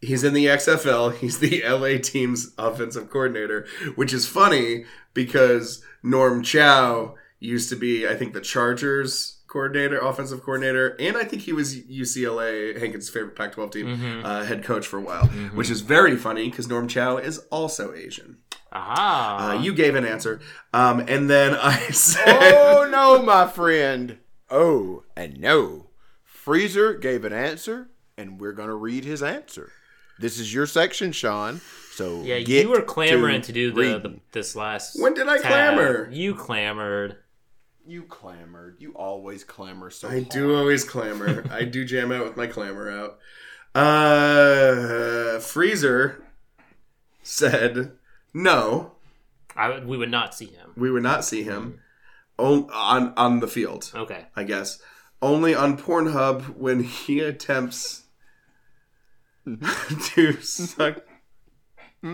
he's in the XFL. He's the LA team's offensive coordinator, which is funny because Norm Chow used to be, I think, the Chargers coordinator, offensive coordinator, and I think he was UCLA, Hankin's favorite Pac 12 team, uh, head coach for a while, which is very funny because Norm Chow is also Asian. Aha. Uh, you gave an answer. Um, and then I said. Oh, no, my friend. Oh, and no. Freezer gave an answer, and we're going to read his answer. This is your section, Sean. So yeah, get you were clamoring to, do the, reading. the this last. When did I tab. clamor? You clamored. You clamored. You always clamor so I do always clamor. I do jam out with my clamor out. Uh, Freezer said, no, I, we would not see him. we would not see him on on, on the field, Okay. I guess. Only on Pornhub when he attempts to suck.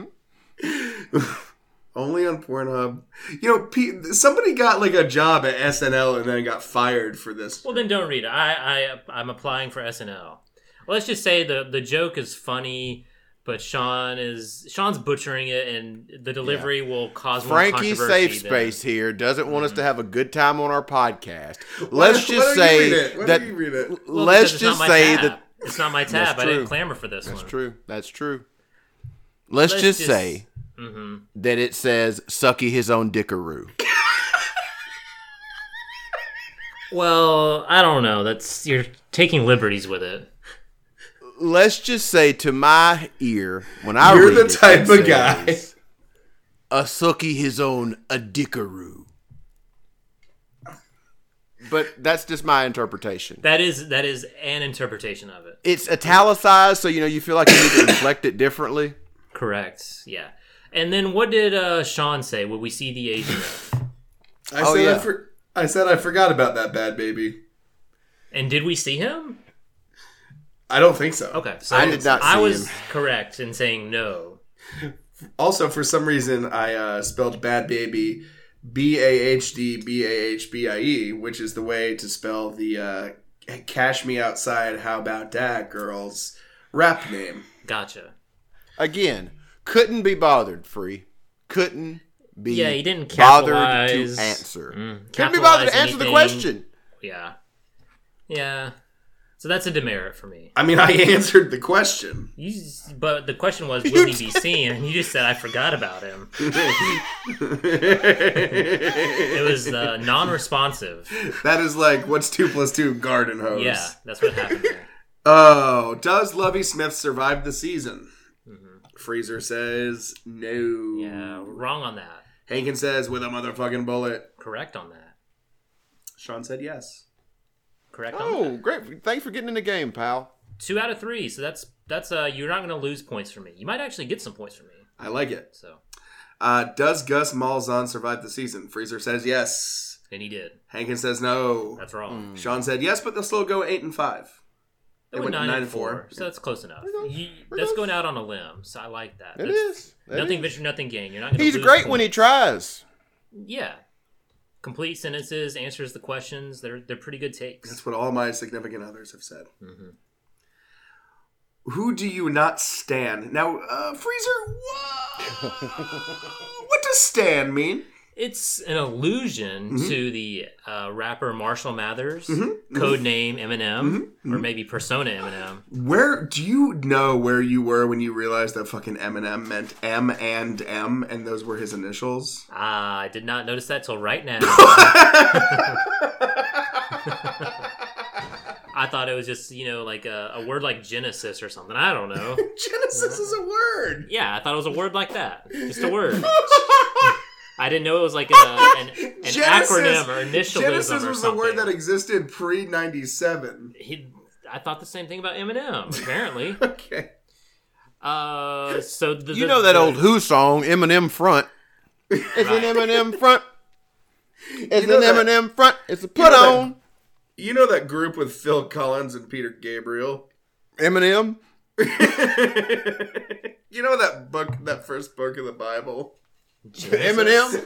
Only on Pornhub. You know, P- somebody got like a job at SNL and then got fired for this. Well, then don't read it. I, I I'm applying for SNL. Well, let's just say the the joke is funny, but Sean is Sean's butchering it, and the delivery will cause more Frankie's controversy safe than- space here doesn't want us to have a good time on our podcast. Let's Why just don't you say read it? Why that. don't you read it? Well, let's because it's not just my say tab. that. it's not my tab. I didn't true. clamor for this one. That's true. That's true. Let's, Let's just, just- Mm-hmm. say that it says "sucky his own dickaroo." Well, I don't know. That's you're taking liberties with it. Let's just say to my ear when I You're read the it, type it of guy. says, a sucky his own a dickaroo. But that's just my interpretation. That is that is an interpretation of it. It's italicized, so you know you feel like you need to reflect it differently. Correct. Yeah. And then what did uh, Sean say? Would we see the Asian? ref? I Oh, said yeah. I, for- I said I forgot about that bad baby. and did we see him? I don't think so. Okay, so I did not I see was him. correct in saying no. Also, for some reason, I uh, spelled bad baby B A H D B A H B I E, which is the way to spell the uh, "Cash Me Outside." How about that, girls? Rap name. Gotcha. Again, couldn't be bothered, free. Couldn't be Yeah, he didn't bothered to capitalize. answer. Mm, couldn't be bothered capitalize to answer the anything. question. Yeah, yeah. So that's a demerit for me. I mean, I answered the question. You, s- but the question was, will he be seen? And you just said I forgot about him. it was uh, non-responsive. That is like, what's two plus two? Garden hose. Yeah, that's what happened. There. Oh, does Lovey Smith survive the season? Freezer says no. Mm-hmm. Yeah, wrong on that. Hankin says with a motherfucking bullet. Correct on that. Sean said yes. Correct. on that. Oh, great. Thanks for getting in the game, pal. Two out of three. So that's that's uh, you're not going to lose points for me. You might actually get some points for me. I like it. So Uh, does Gus Malzahn survive the season? Freezer says yes. and he did. Hankin says no. That's wrong. Sean said yes, but they'll still go eight and five. They went nine, and four, so that's close enough. You, we're that's going- going out on a limb, so I like that. It That's- is. It nothing is. venture, nothing gain. You're not. Gonna He's lose great when he tries. Yeah, complete sentences, answers the questions. They're they're pretty good takes. That's what all my significant others have said. Mm-hmm. Who do you not stand? Now, uh, Freezer, wha- what does stand mean? it's an allusion to the uh, rapper Marshall Mathers, code name Eminem, or maybe persona Eminem. Where do you know where you were when you realized that fucking Eminem meant M and M, and those were his initials? Ah, I did not notice that till right now. I thought it was just you know like a, a word like Genesis or something. I don't know. Genesis is a word. Yeah, I thought it was a word like that. Just a word. I didn't know it was like a, an, an acronym or initialism Genesis or was a something. word that existed pre ninety seven. he, I thought the same thing about Eminem. Apparently, Okay. uh, so the, You the- know that the- old Who song, Eminem Front. It's an Eminem Front. It's know an that- Eminem Front. It's a put that- on. You know that group with Phil Collins and Peter Gabriel? Eminem. you know that book, that first book of the Bible? Eminem.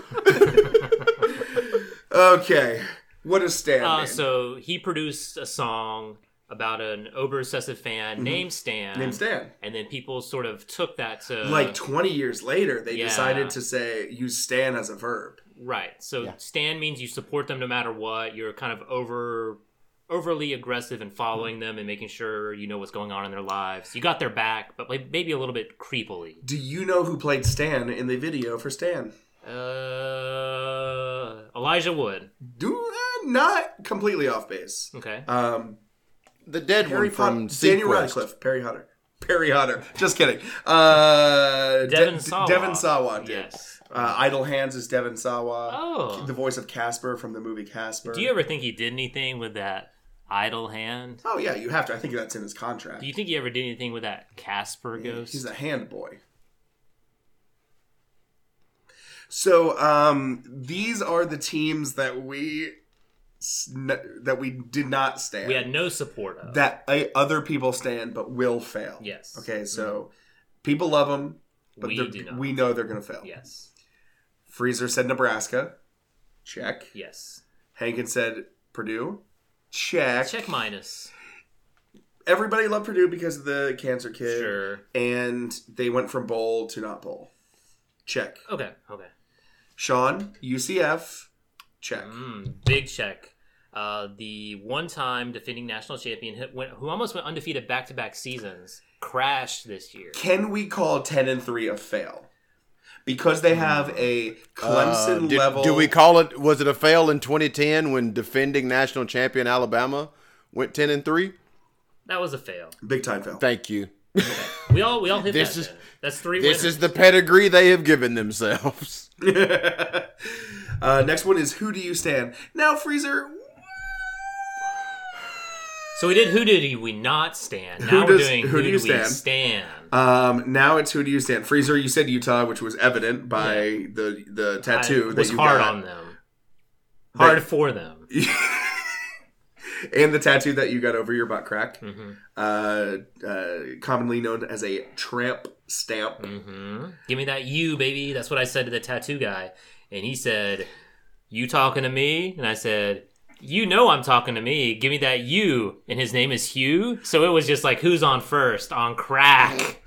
Okay. What is Stan? Uh, name? so he produced a song about an over obsessive fan named Stan. Mm-hmm. Named Stan. And then people sort of took that to like 20 years later, they uh, Yeah. decided to say use Stan as a verb. right. So Stan means you support them no matter what. You're kind of over overly aggressive in Mm-hmm. following them and making sure you know what's going on in their lives. You got their back, but like maybe a little bit creepily. Do you know who played Stan in the video for Stan? Uh, Elijah Wood. Do uh, not completely off base. Okay. Um, The dead Harry one from Potter, Daniel Sequest. Radcliffe, Perry Hodder, Perry Hodder. Just kidding. Uh, Devin De- Sawa. Devin Sawa. Did. Yes. Uh, Idle Hands is Devin Sawa. Oh. The voice of Casper from the movie Casper. Do you ever think he did anything with that idle hand? Oh yeah, you have to. I think that's in his contract. Do you think he ever did anything with that Casper ghost? He's a hand boy. So um, these are the teams that we sn- that we did not stand. we had no support of. that uh, other people stand but will fail. Yes. Mm-hmm. Okay, so people love them, but We they're- do not. we know they're going to fail. yes. Freezer said Nebraska. Check. Yes. Hankin said Purdue. Check. Check minus. Everybody loved Purdue because of the cancer kid. Sure. And they went from bowl to not bowl. Check. Okay. Okay. Sean, UCF. Check. Mm, big check. Uh, the one-time defending national champion who, went, who almost went undefeated back-to-back seasons crashed this year. Can we call 10 and 3 a fail? Because they have a Uh, Clemson did- level. Do we call it? Was it a fail in 2010 when defending national champion Alabama went 10 and three? That was a fail. Big time fail. Thank you. We all we all hit This that. is- then. That's three. This winners. is the pedigree they have given themselves. uh, next one is Who Do You Stand? Now, Freezer, so we did. Who did we not stand? Now we're does- doing. who do you we stand? stand? um, now it's Who Do You Stand? Freezer, you said Utah, which was evident by the, the tattoo I that was you hard got. on them. Hard for them. and the tattoo that you got over your butt crack, Mm-hmm. uh, uh, commonly known as a tramp stamp. hmm Give me that you, baby. That's what I said to the tattoo guy. And he said, You talking to me? And I said, You know I'm talking to me. Give me that you. And his name is Hugh. So it was just like, Who's on first? On crack.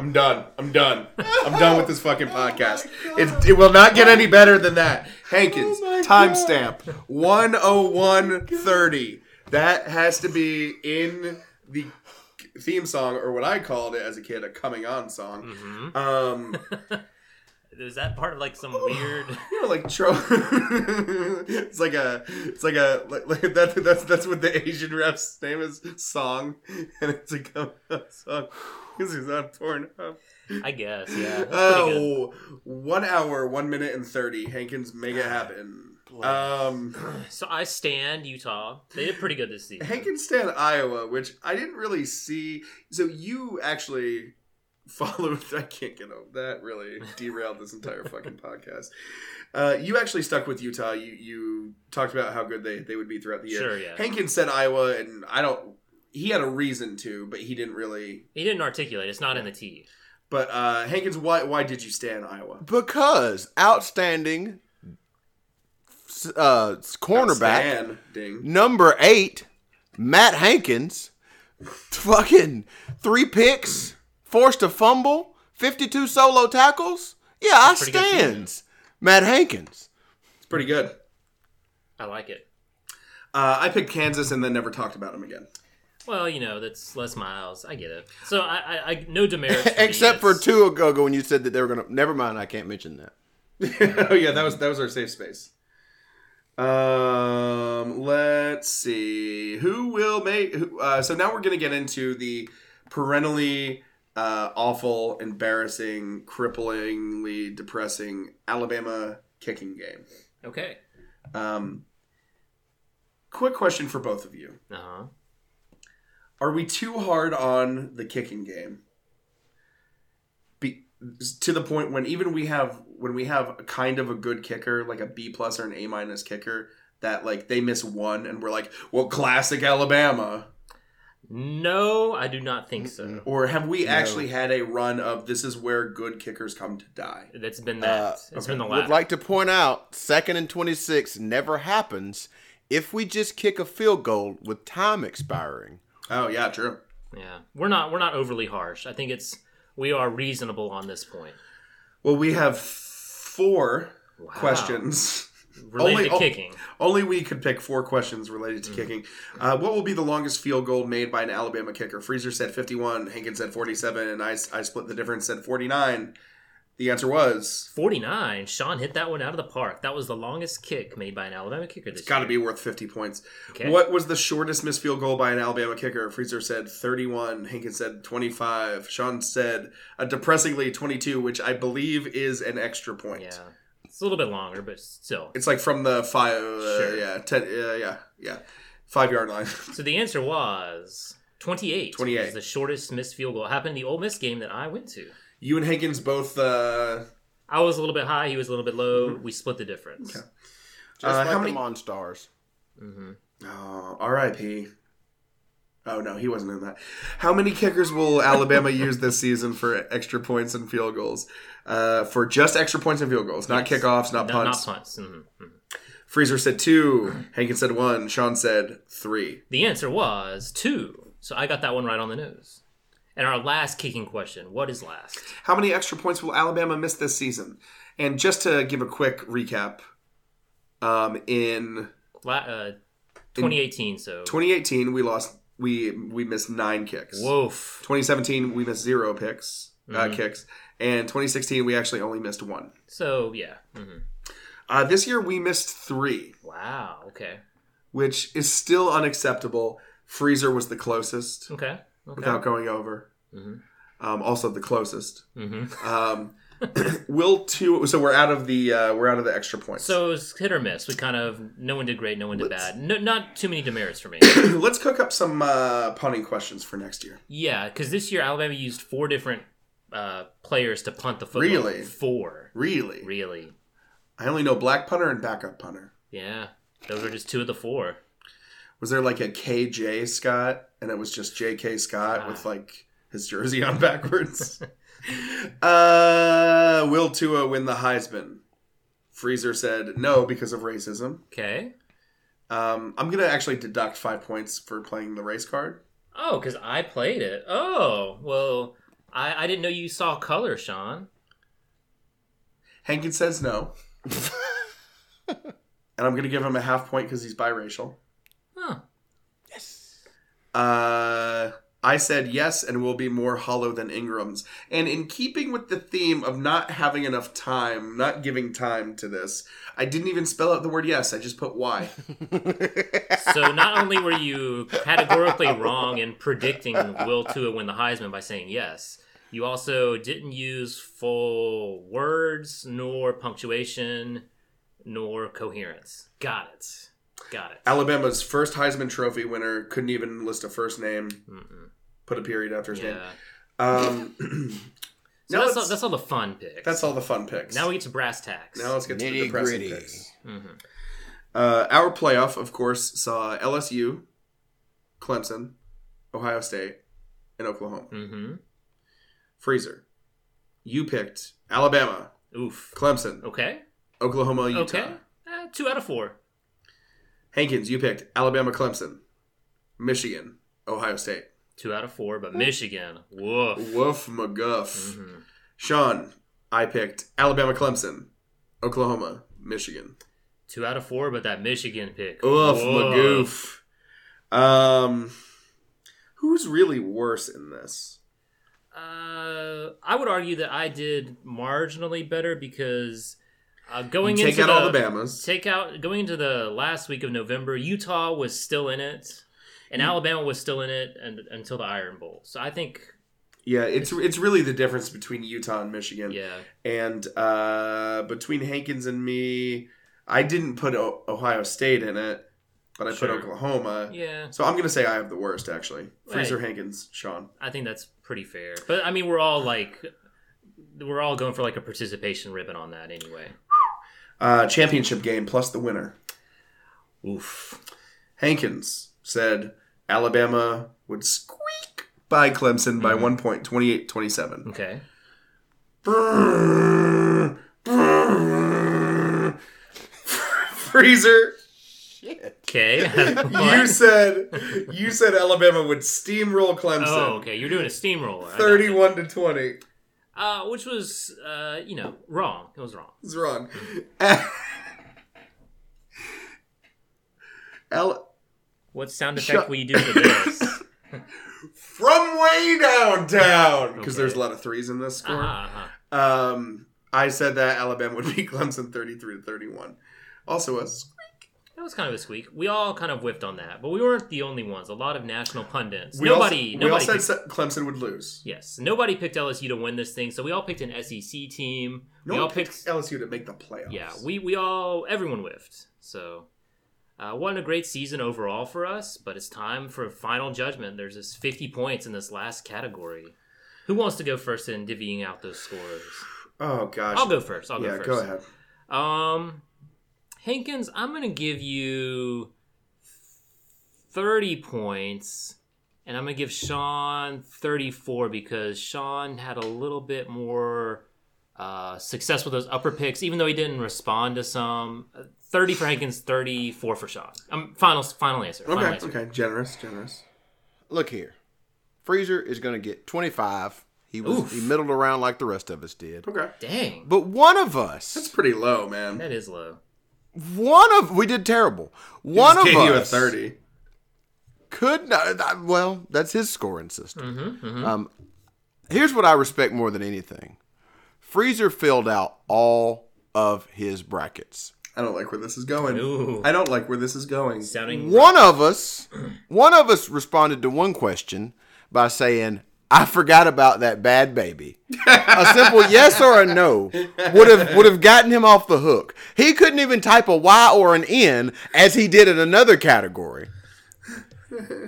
I'm done. I'm done. I'm done with this fucking podcast. it, it will not get any better than that. Hankins, timestamp 10130. That has to be in the theme song, or what I called it as a kid, a coming on song. Um, Is that part of like some weird. you know, like tro- it's like a, it's like a, like, like that, that's that's what the Asian ref's name is, song, and it's a coming on song. This is on Pornhub. I guess, yeah. That's pretty good. Ah, Oh, one hour, one minute and thirty. Hankins, make it happen. Um, So I stand Utah. They did pretty good this season. Hankins stand Iowa, which I didn't really see. So you actually followed. I can't get over that. Really derailed this entire fucking podcast. Uh, you actually stuck with Utah. You you talked about how good they they would be throughout the year. Sure, yeah. Hankins said Iowa, and I don't. He had a reason to, but he didn't really. He didn't articulate. It's not in the T. But uh, Hankins, why why did you stand Iowa? because outstanding s- uh, cornerback Stan, ding. number eight, Matt Hankins, fucking three picks, forced a fumble, 52 solo tackles. Yeah, I pretty good stands. Matt Hankins. It's pretty good. I like it. Uh, I picked Kansas and then never talked about him again. Well, you know that's less miles. I get it. So I, I, I no demerits. for me. Except for It's- two ago ago when you said that they were going to. Never mind, I can't mention that. oh yeah, that was that was our safe space. Um, let's see who will make. Who, uh, so now we're gonna get into the parentally uh, awful, embarrassing, cripplingly depressing Alabama kicking game. Okay. Um, quick question for both of you: Uh huh. Are we too hard on the kicking game? Be, to the point when even we have when we have a kind of a good kicker, like a B plus or an A minus kicker, that like they miss one and we're like, well, classic Alabama. No, I do not think so. Or have we actually had a run of this is where good kickers come to die? That's been that. Uh, It's been the Would last. like to point out second and 26 never happens if we just kick a field goal with time expiring. Oh yeah, true. yeah, we're not we're not overly harsh. I think it's we are reasonable on this point. Well, we have four Wow. questions. Related Only- to oh- kicking. Only we could pick four questions related Hmm. to kicking. Uh, what will be the longest field goal made by an Alabama kicker? Freezer said 51, Hankins said 47, and I, I split the difference, said 49. The answer was 49. Sean hit that one out of the park. That was the longest kick made by an Alabama kicker this got to year. be worth 50 points. Okay. What was the shortest missed field goal by an Alabama kicker? Freezer said 31, Hankins said 25, Sean said a depressingly 22, which I believe is an extra point. Yeah. It's a little bit longer, but still. It's like from the five, uh, Sure. yeah, ten, uh, yeah, yeah, five yard line. So the answer was 28. 28. Which is the shortest missed field goal. It happened in the Ole Miss game that I went to. you and Hankins both. Uh, I was a little bit high. He was a little bit low. We split the difference. Mm-hmm. Okay. Just Uh, like how the many- Monstars. hmm Oh, R.I.P. Oh no, he wasn't in that. How many kickers will Alabama use this season for extra points and field goals? Uh, for just extra points and field goals, not Yes. kickoffs, not Not, punts. not punts. Mhm, mhm. Freezer said two. Hankins said one. Sean said three. The answer was two. So I got that one right on the nose. And our last kicking question what is last? How many extra points will Alabama miss this season? And just to give a quick recap, um, in La- uh, 2018, so. 2018 we lost we we missed nine kicks. Woof. 2017 we missed zero picks Mm-hmm. uh, kicks, and 2016 we actually only missed one. So, yeah. hmm Uh, this year we missed three, Wow. Okay. which is still unacceptable. Freezer was the closest Okay. Okay. without going over. Mhm. Um, also the closest. hmm Um, will two? So we're out of the uh, we're out of the extra points. So it was hit or miss. We kind of no one did great, no one did Let's- bad. No, not too many demerits for me. let's cook up some uh, punting questions for next year. yeah, because this year Alabama used four different uh, players to punt the football. Really? Four. Really, Really? I only know black punter and backup punter. Yeah. Those are just two of the four. Was there like a KJ Scott, and it was just JK Scott with like his jersey on backwards? uh, will Tua win the Heisman? Freezer said no because of racism. Okay. Um, I'm gonna actually deduct five points for playing the race card. Oh, because I played it. Oh, well, I, I didn't know you saw color, Sean. Hankins says no, and I'm gonna give him a half point because he's biracial. Huh. Uh, I said yes, and will be more hollow than Ingram's. And in keeping with the theme of not having enough time, not giving time to this, I didn't even spell out the word yes. I just put Y. So not only were you categorically wrong in predicting Will Tua win the Heisman by saying yes, you also didn't use full words, nor punctuation, nor coherence. Got it. Got it. Alabama's first Heisman Trophy winner couldn't even list a first name. Put a period after his name. Yeah. Um, So now that's, all, let's- that's all the fun picks. that's all the fun picks. Now we get to brass tacks. Now let's get to the Nitty depressing gritty. picks. Mhm. Uh, our playoff, of course, saw LSU, Clemson, Ohio State, and Oklahoma. Mm-hmm. Freezer, you picked Alabama, Oof. Clemson, Okay. Oklahoma, Utah. Okay. Uh, two out of four. Hankins, you picked Alabama, Clemson, Michigan, Ohio State. two out of four, but Michigan, woof. Woof McGuff. Mm-hmm. Sean, I picked Alabama, Clemson, Oklahoma, Michigan. Two out of four, but that Michigan pick. Oof, Woof. Magoof. Um, who's really worse in this? Uh, I would argue that I did marginally better because uh, going Take into out all the the Bamas. take out going into the last week of November, Utah was still in it, Mm. and Alabama was still in it and, until the Iron Bowl. So I think, yeah, it's it's really the difference between Utah and Michigan. yeah, And uh, between Hankins and me, I didn't put o- Ohio State in it, but I Sure. put Oklahoma. yeah, So I'm gonna say I have the worst actually. Freezer Hankins, Sean. I think that's pretty fair. But I mean, we're all like, we're all going for like a participation ribbon on that anyway. Uh, championship game plus the winner. Oof. Hankins said Alabama would squeak by Clemson Mm-hmm. by one point, 28 27. Okay. Mm-hmm. Freezer, Okay. you said you said Alabama would steamroll Clemson oh, okay. You're doing a steamroller. I got you. 31 to 20. Uh, which was, uh, you know, wrong. It was wrong. It's wrong. Al- What sound effect Shut- will you do for this? from way downtown because Okay. there's a lot of threes in this score. Ah, uh-huh. Um, I said that Alabama would beat Clemson 33 to 31. Also, uh, us. That was kind of a squeak. We all kind of whiffed on that, but we weren't the only ones. A lot of national pundits. We nobody, all, nobody. we all picked, said se- Clemson would lose. yes, nobody picked LSU to win this thing, so we all picked an SEC team. No we all one picked LSU to make the playoffs. Yeah, we we all everyone whiffed. So, uh, wasn't a great season overall for us, but it's time for final judgment. There's this 50 points in this last category. Who wants to go first in divvying out those scores? oh gosh. I'll go first. I'll yeah, go first. go ahead. Um, Hankins, I'm gonna give you thirty points, and I'm gonna give Sean thirty-four because Sean had a little bit more uh, success with those upper picks, even though he didn't respond to some. Uh, Thirty for Hankins, thirty-four for Sean. Um, final, final answer. Final Okay, answer. okay. Generous, generous. Look here. Freezer is going to get 25. He was Oof. he middled around like the rest of us did. Okay. Dang, But one of us, That's pretty low, man. that is low. one of we did terrible. He One just of gave us you a 30. could not. uh, that- well, that's his scoring system. Mm-hmm, Mm-hmm. Um, here's what I respect more than anything: Freezer filled out all of his brackets. I don't like where this is going. Ooh. I don't like where this is going. Sounding One of us, one of us responded to one question by saying, "I forgot about that bad baby." a simple yes or a no would have would have gotten him off the hook. He couldn't even type a Y or an N as he did in another category.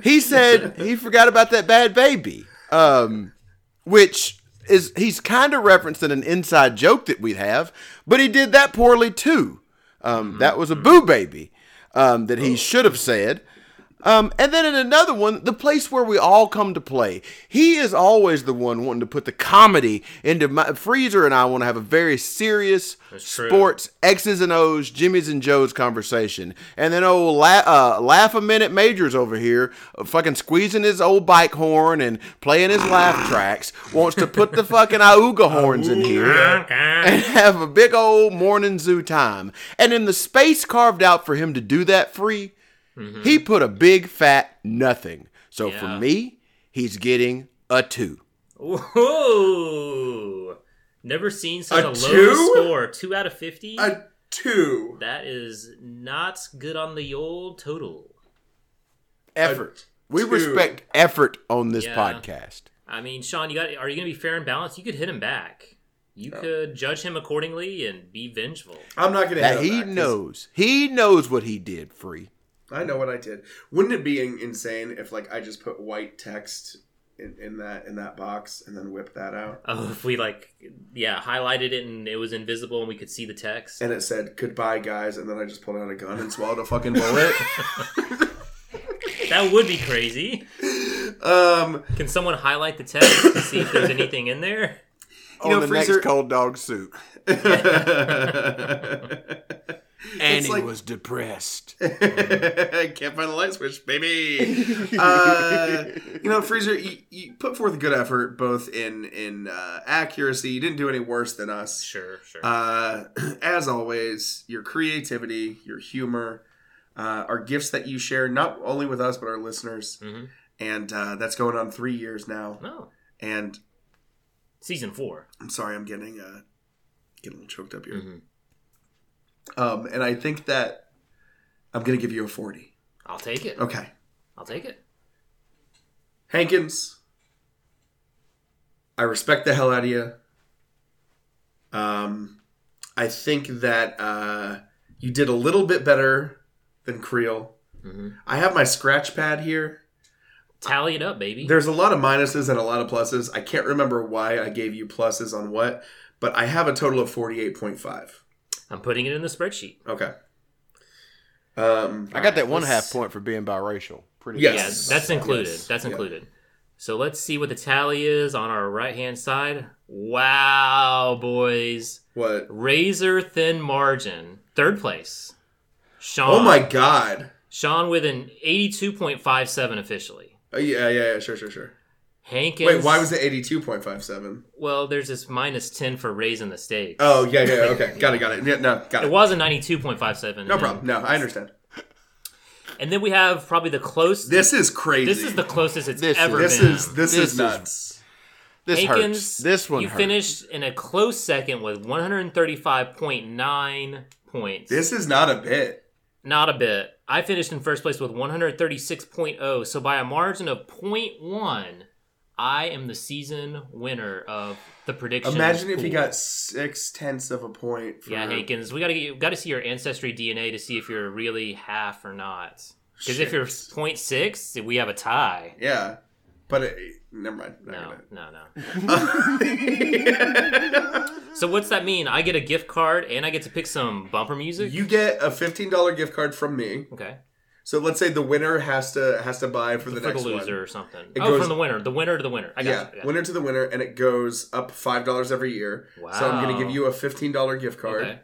He said he forgot about that bad baby, um, which is he's kind of referencing an inside joke that we have, but he did that poorly too. Um, That was a boo baby um, that he should have said. Um, and then in another one, the place where we all come to play. He is always the one wanting to put the comedy into my freezer, and I want to have a very serious true. sports X's and O's, Jimmy's and Joe's conversation. And then old la- uh, laugh a minute majors over here, uh, fucking squeezing his old bike horn and playing his laugh tracks, wants to put the fucking Iuga horns in here and have a big old morning zoo time. And in the space carved out for him to do that free, he put a big fat nothing. So for Mm-hmm. Yeah. me, he's getting a two. Whoa! Never seen such A a, low two? score. Two out of fifty. A 2. That is not good on the old total. Effort. we two. respect effort on this Yeah. podcast. I mean, Sean, you got are you going to be fair and balanced? You could hit him back. You Oh. could judge him accordingly and be vengeful. I'm not going to That he knows. He knows what he did free. I know what I did. Wouldn't it be in- insane if like I just put white text in, in that in that box and then whip that out Oh, if we like, yeah, highlighted it and it was invisible and we could see the text. and it said goodbye guys and then I just pulled out a gun and swallowed a fucking bullet? That would be crazy. um, Can someone highlight the text to see if there's anything in there? on know, the Freezer- next cold dog soup. It's like- depressed. Can't find the light switch, baby. uh, you know, Freezer, you, you put forth good effort both in in uh, accuracy. You didn't do any worse than us. Sure, sure. Uh, as always, your creativity, your humor, uh, are gifts that you share not only with us but our listeners, Mhm. and uh, that's going on three years now. no, And season four. I'm sorry, I'm getting uh, getting a little choked up here. Mhm. Um, and I think that I'm going to give you a forty. I'll take it. Okay, I'll take it. Hankins, I respect the hell out of you. Um, I think that uh, you did a little bit better than Creel. Mm-hmm. Mhm. I have my scratch pad here. Tally it up, baby. There's a lot of minuses and a lot of pluses. I can't remember why I gave you pluses on what, but I have a total of 48.5. I'm putting it in the spreadsheet. Okay. Um, I got that one half point for being biracial. Pretty Yes. Yeah, that's included. Yes. That's Yeah. included. So let's see what the tally is on our right hand side. Wow, boys. what? Razor thin margin. Third place. Sean. Oh my god. Sean with an 82.57 officially. Oh, yeah, yeah, yeah, sure, sure, sure. Hankins. Wait, why was it 82.57? Well, there's this minus 10 for raising the stakes. Oh, yeah, yeah, okay. Got it, got it. Yeah, no, got it. It was a 92.57. and No then- problem. No, I understand. And then we have probably the closest. This is crazy. This is the closest it's This ever This been. is this, This is is- nuts. This Hankins, hurts. This one you hurts. finished in a close second with 135.9 points. This is not a bit. Not a bit. I finished in first place with 136.0, oh, so by a margin of 0.1, I am the season winner of the prediction. Imagine if you pool. got six tenths of a point. For, Yeah, Hankins, we gotta get you gotta see your ancestry DNA to see if you're really half or not. Because if Shit. you're 0.6, we have a tie. Yeah, but it, never mind. Not No, gonna- no, no. So what's that mean? I get a gift card and I get to pick some bumper music. you get a fifteen dollar gift card from me. okay? So let's say the winner has to has to buy for the for the next loser one. or something. It oh, goes- from the winner, the winner to the winner. I got you, Yeah, I got you. winner to the winner, and it goes up five dollars every year. So I'm going Wow. to give you a fifteen dollar gift card Okay.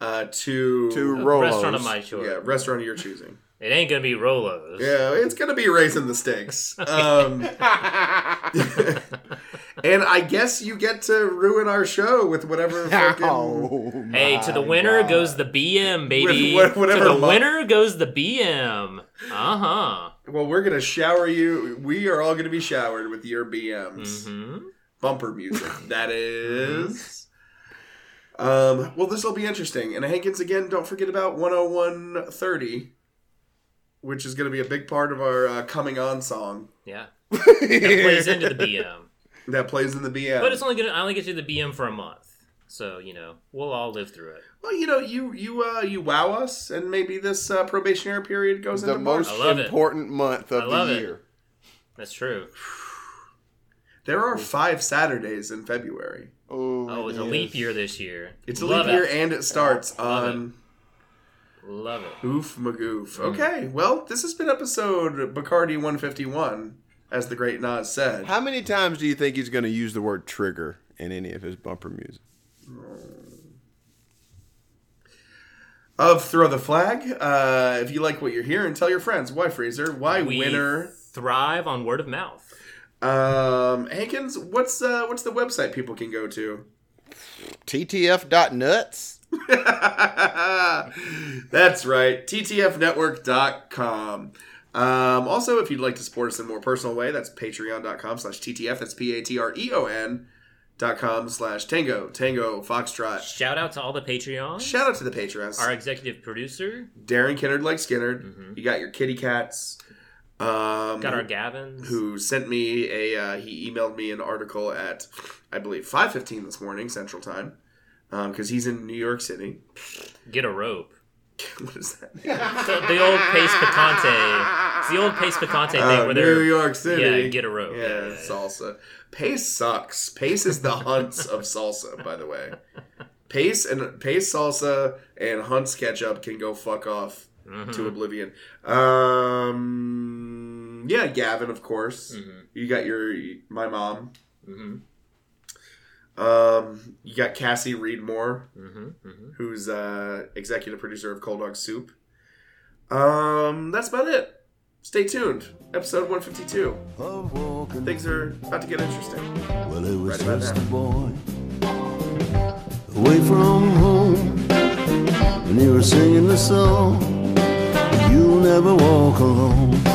uh, to Two A Rolos. Restaurant of my choice. yeah restaurant of your choosing. It ain't gonna be Rolos. Yeah, it's gonna be raising the stakes. Um, and I guess you get to ruin our show with whatever fucking Oh, my Hey, to the winner goes the BM, baby. With wha- whatever to the mo- winner goes the BM. Uh huh. well, we're gonna shower you. We are all gonna be showered with your BMs hmm bumper music. That is. Um, well, this will be interesting. And Hankins again. Don't forget about one hundred one thirty, which is gonna be a big part of our uh, coming on song Yeah, that plays into the BM. that plays in the BM. But it's only gonna. I only get to the BM for a month, so you know we'll all live through it. Well, you know, you you uh, you wow us, and maybe this uh, probationary period goes the into March. most I love it. important month I of love the it. year. That's true. There are five Saturdays in February. Oh, it's a yes. leap year this year. It's a Love leap year, It. and it starts Love it. Mm. on Love it. Oof Magoof. Okay, well, this has been episode Bacardi 151, as the great Nas said. How many times do you think he's going to use the word trigger in any of his bumper music? Of Throw the Flag, uh, if you like what you're hearing, tell your friends. Why Freezer? Why We Winner? thrive on word of mouth. Um, Hankins, what's uh, what's the website people can go to? TTF.nuts? That's right, ttfnetwork.com. Um, also, if you'd like to support us in a more personal way, that's patreon.com slash ttf. That's P-A-T-R-E-O-N E dot com slash tango, tango, foxtrot. Shout out to all the Patreons. Shout out to the patrons. Our executive producer Darren Kinnard like Skinnard. You got your kitty cats. Um, Mm-hmm. got our Gavins. who sent me a uh, he emailed me an article at I believe 5:15 this morning Central Time because he's in New York City. Get a rope. what is that? the, the old pace picante. It's the old pace picante thing Oh, where New they're York City. Yeah, get a rope. Yeah, Yeah, yeah, salsa. Pace sucks. Pace is the hunts of salsa, by the way. Pace and pace salsa and hunts ketchup can go fuck off Mm-hmm. Hmm. to oblivion. Um, Hmm. Mm-hmm. yeah, Gavin, of course. You got your my mom. Um, you got Cassie Reed Moore, hmm hmm who's uh, executive producer of Cold Dog Soup. Um, that's about it. Stay tuned. Episode 152. of walking. Things are about to get interesting. Well, it was Right about just a now. boy away from home, and you were singing the song. You'll never walk alone.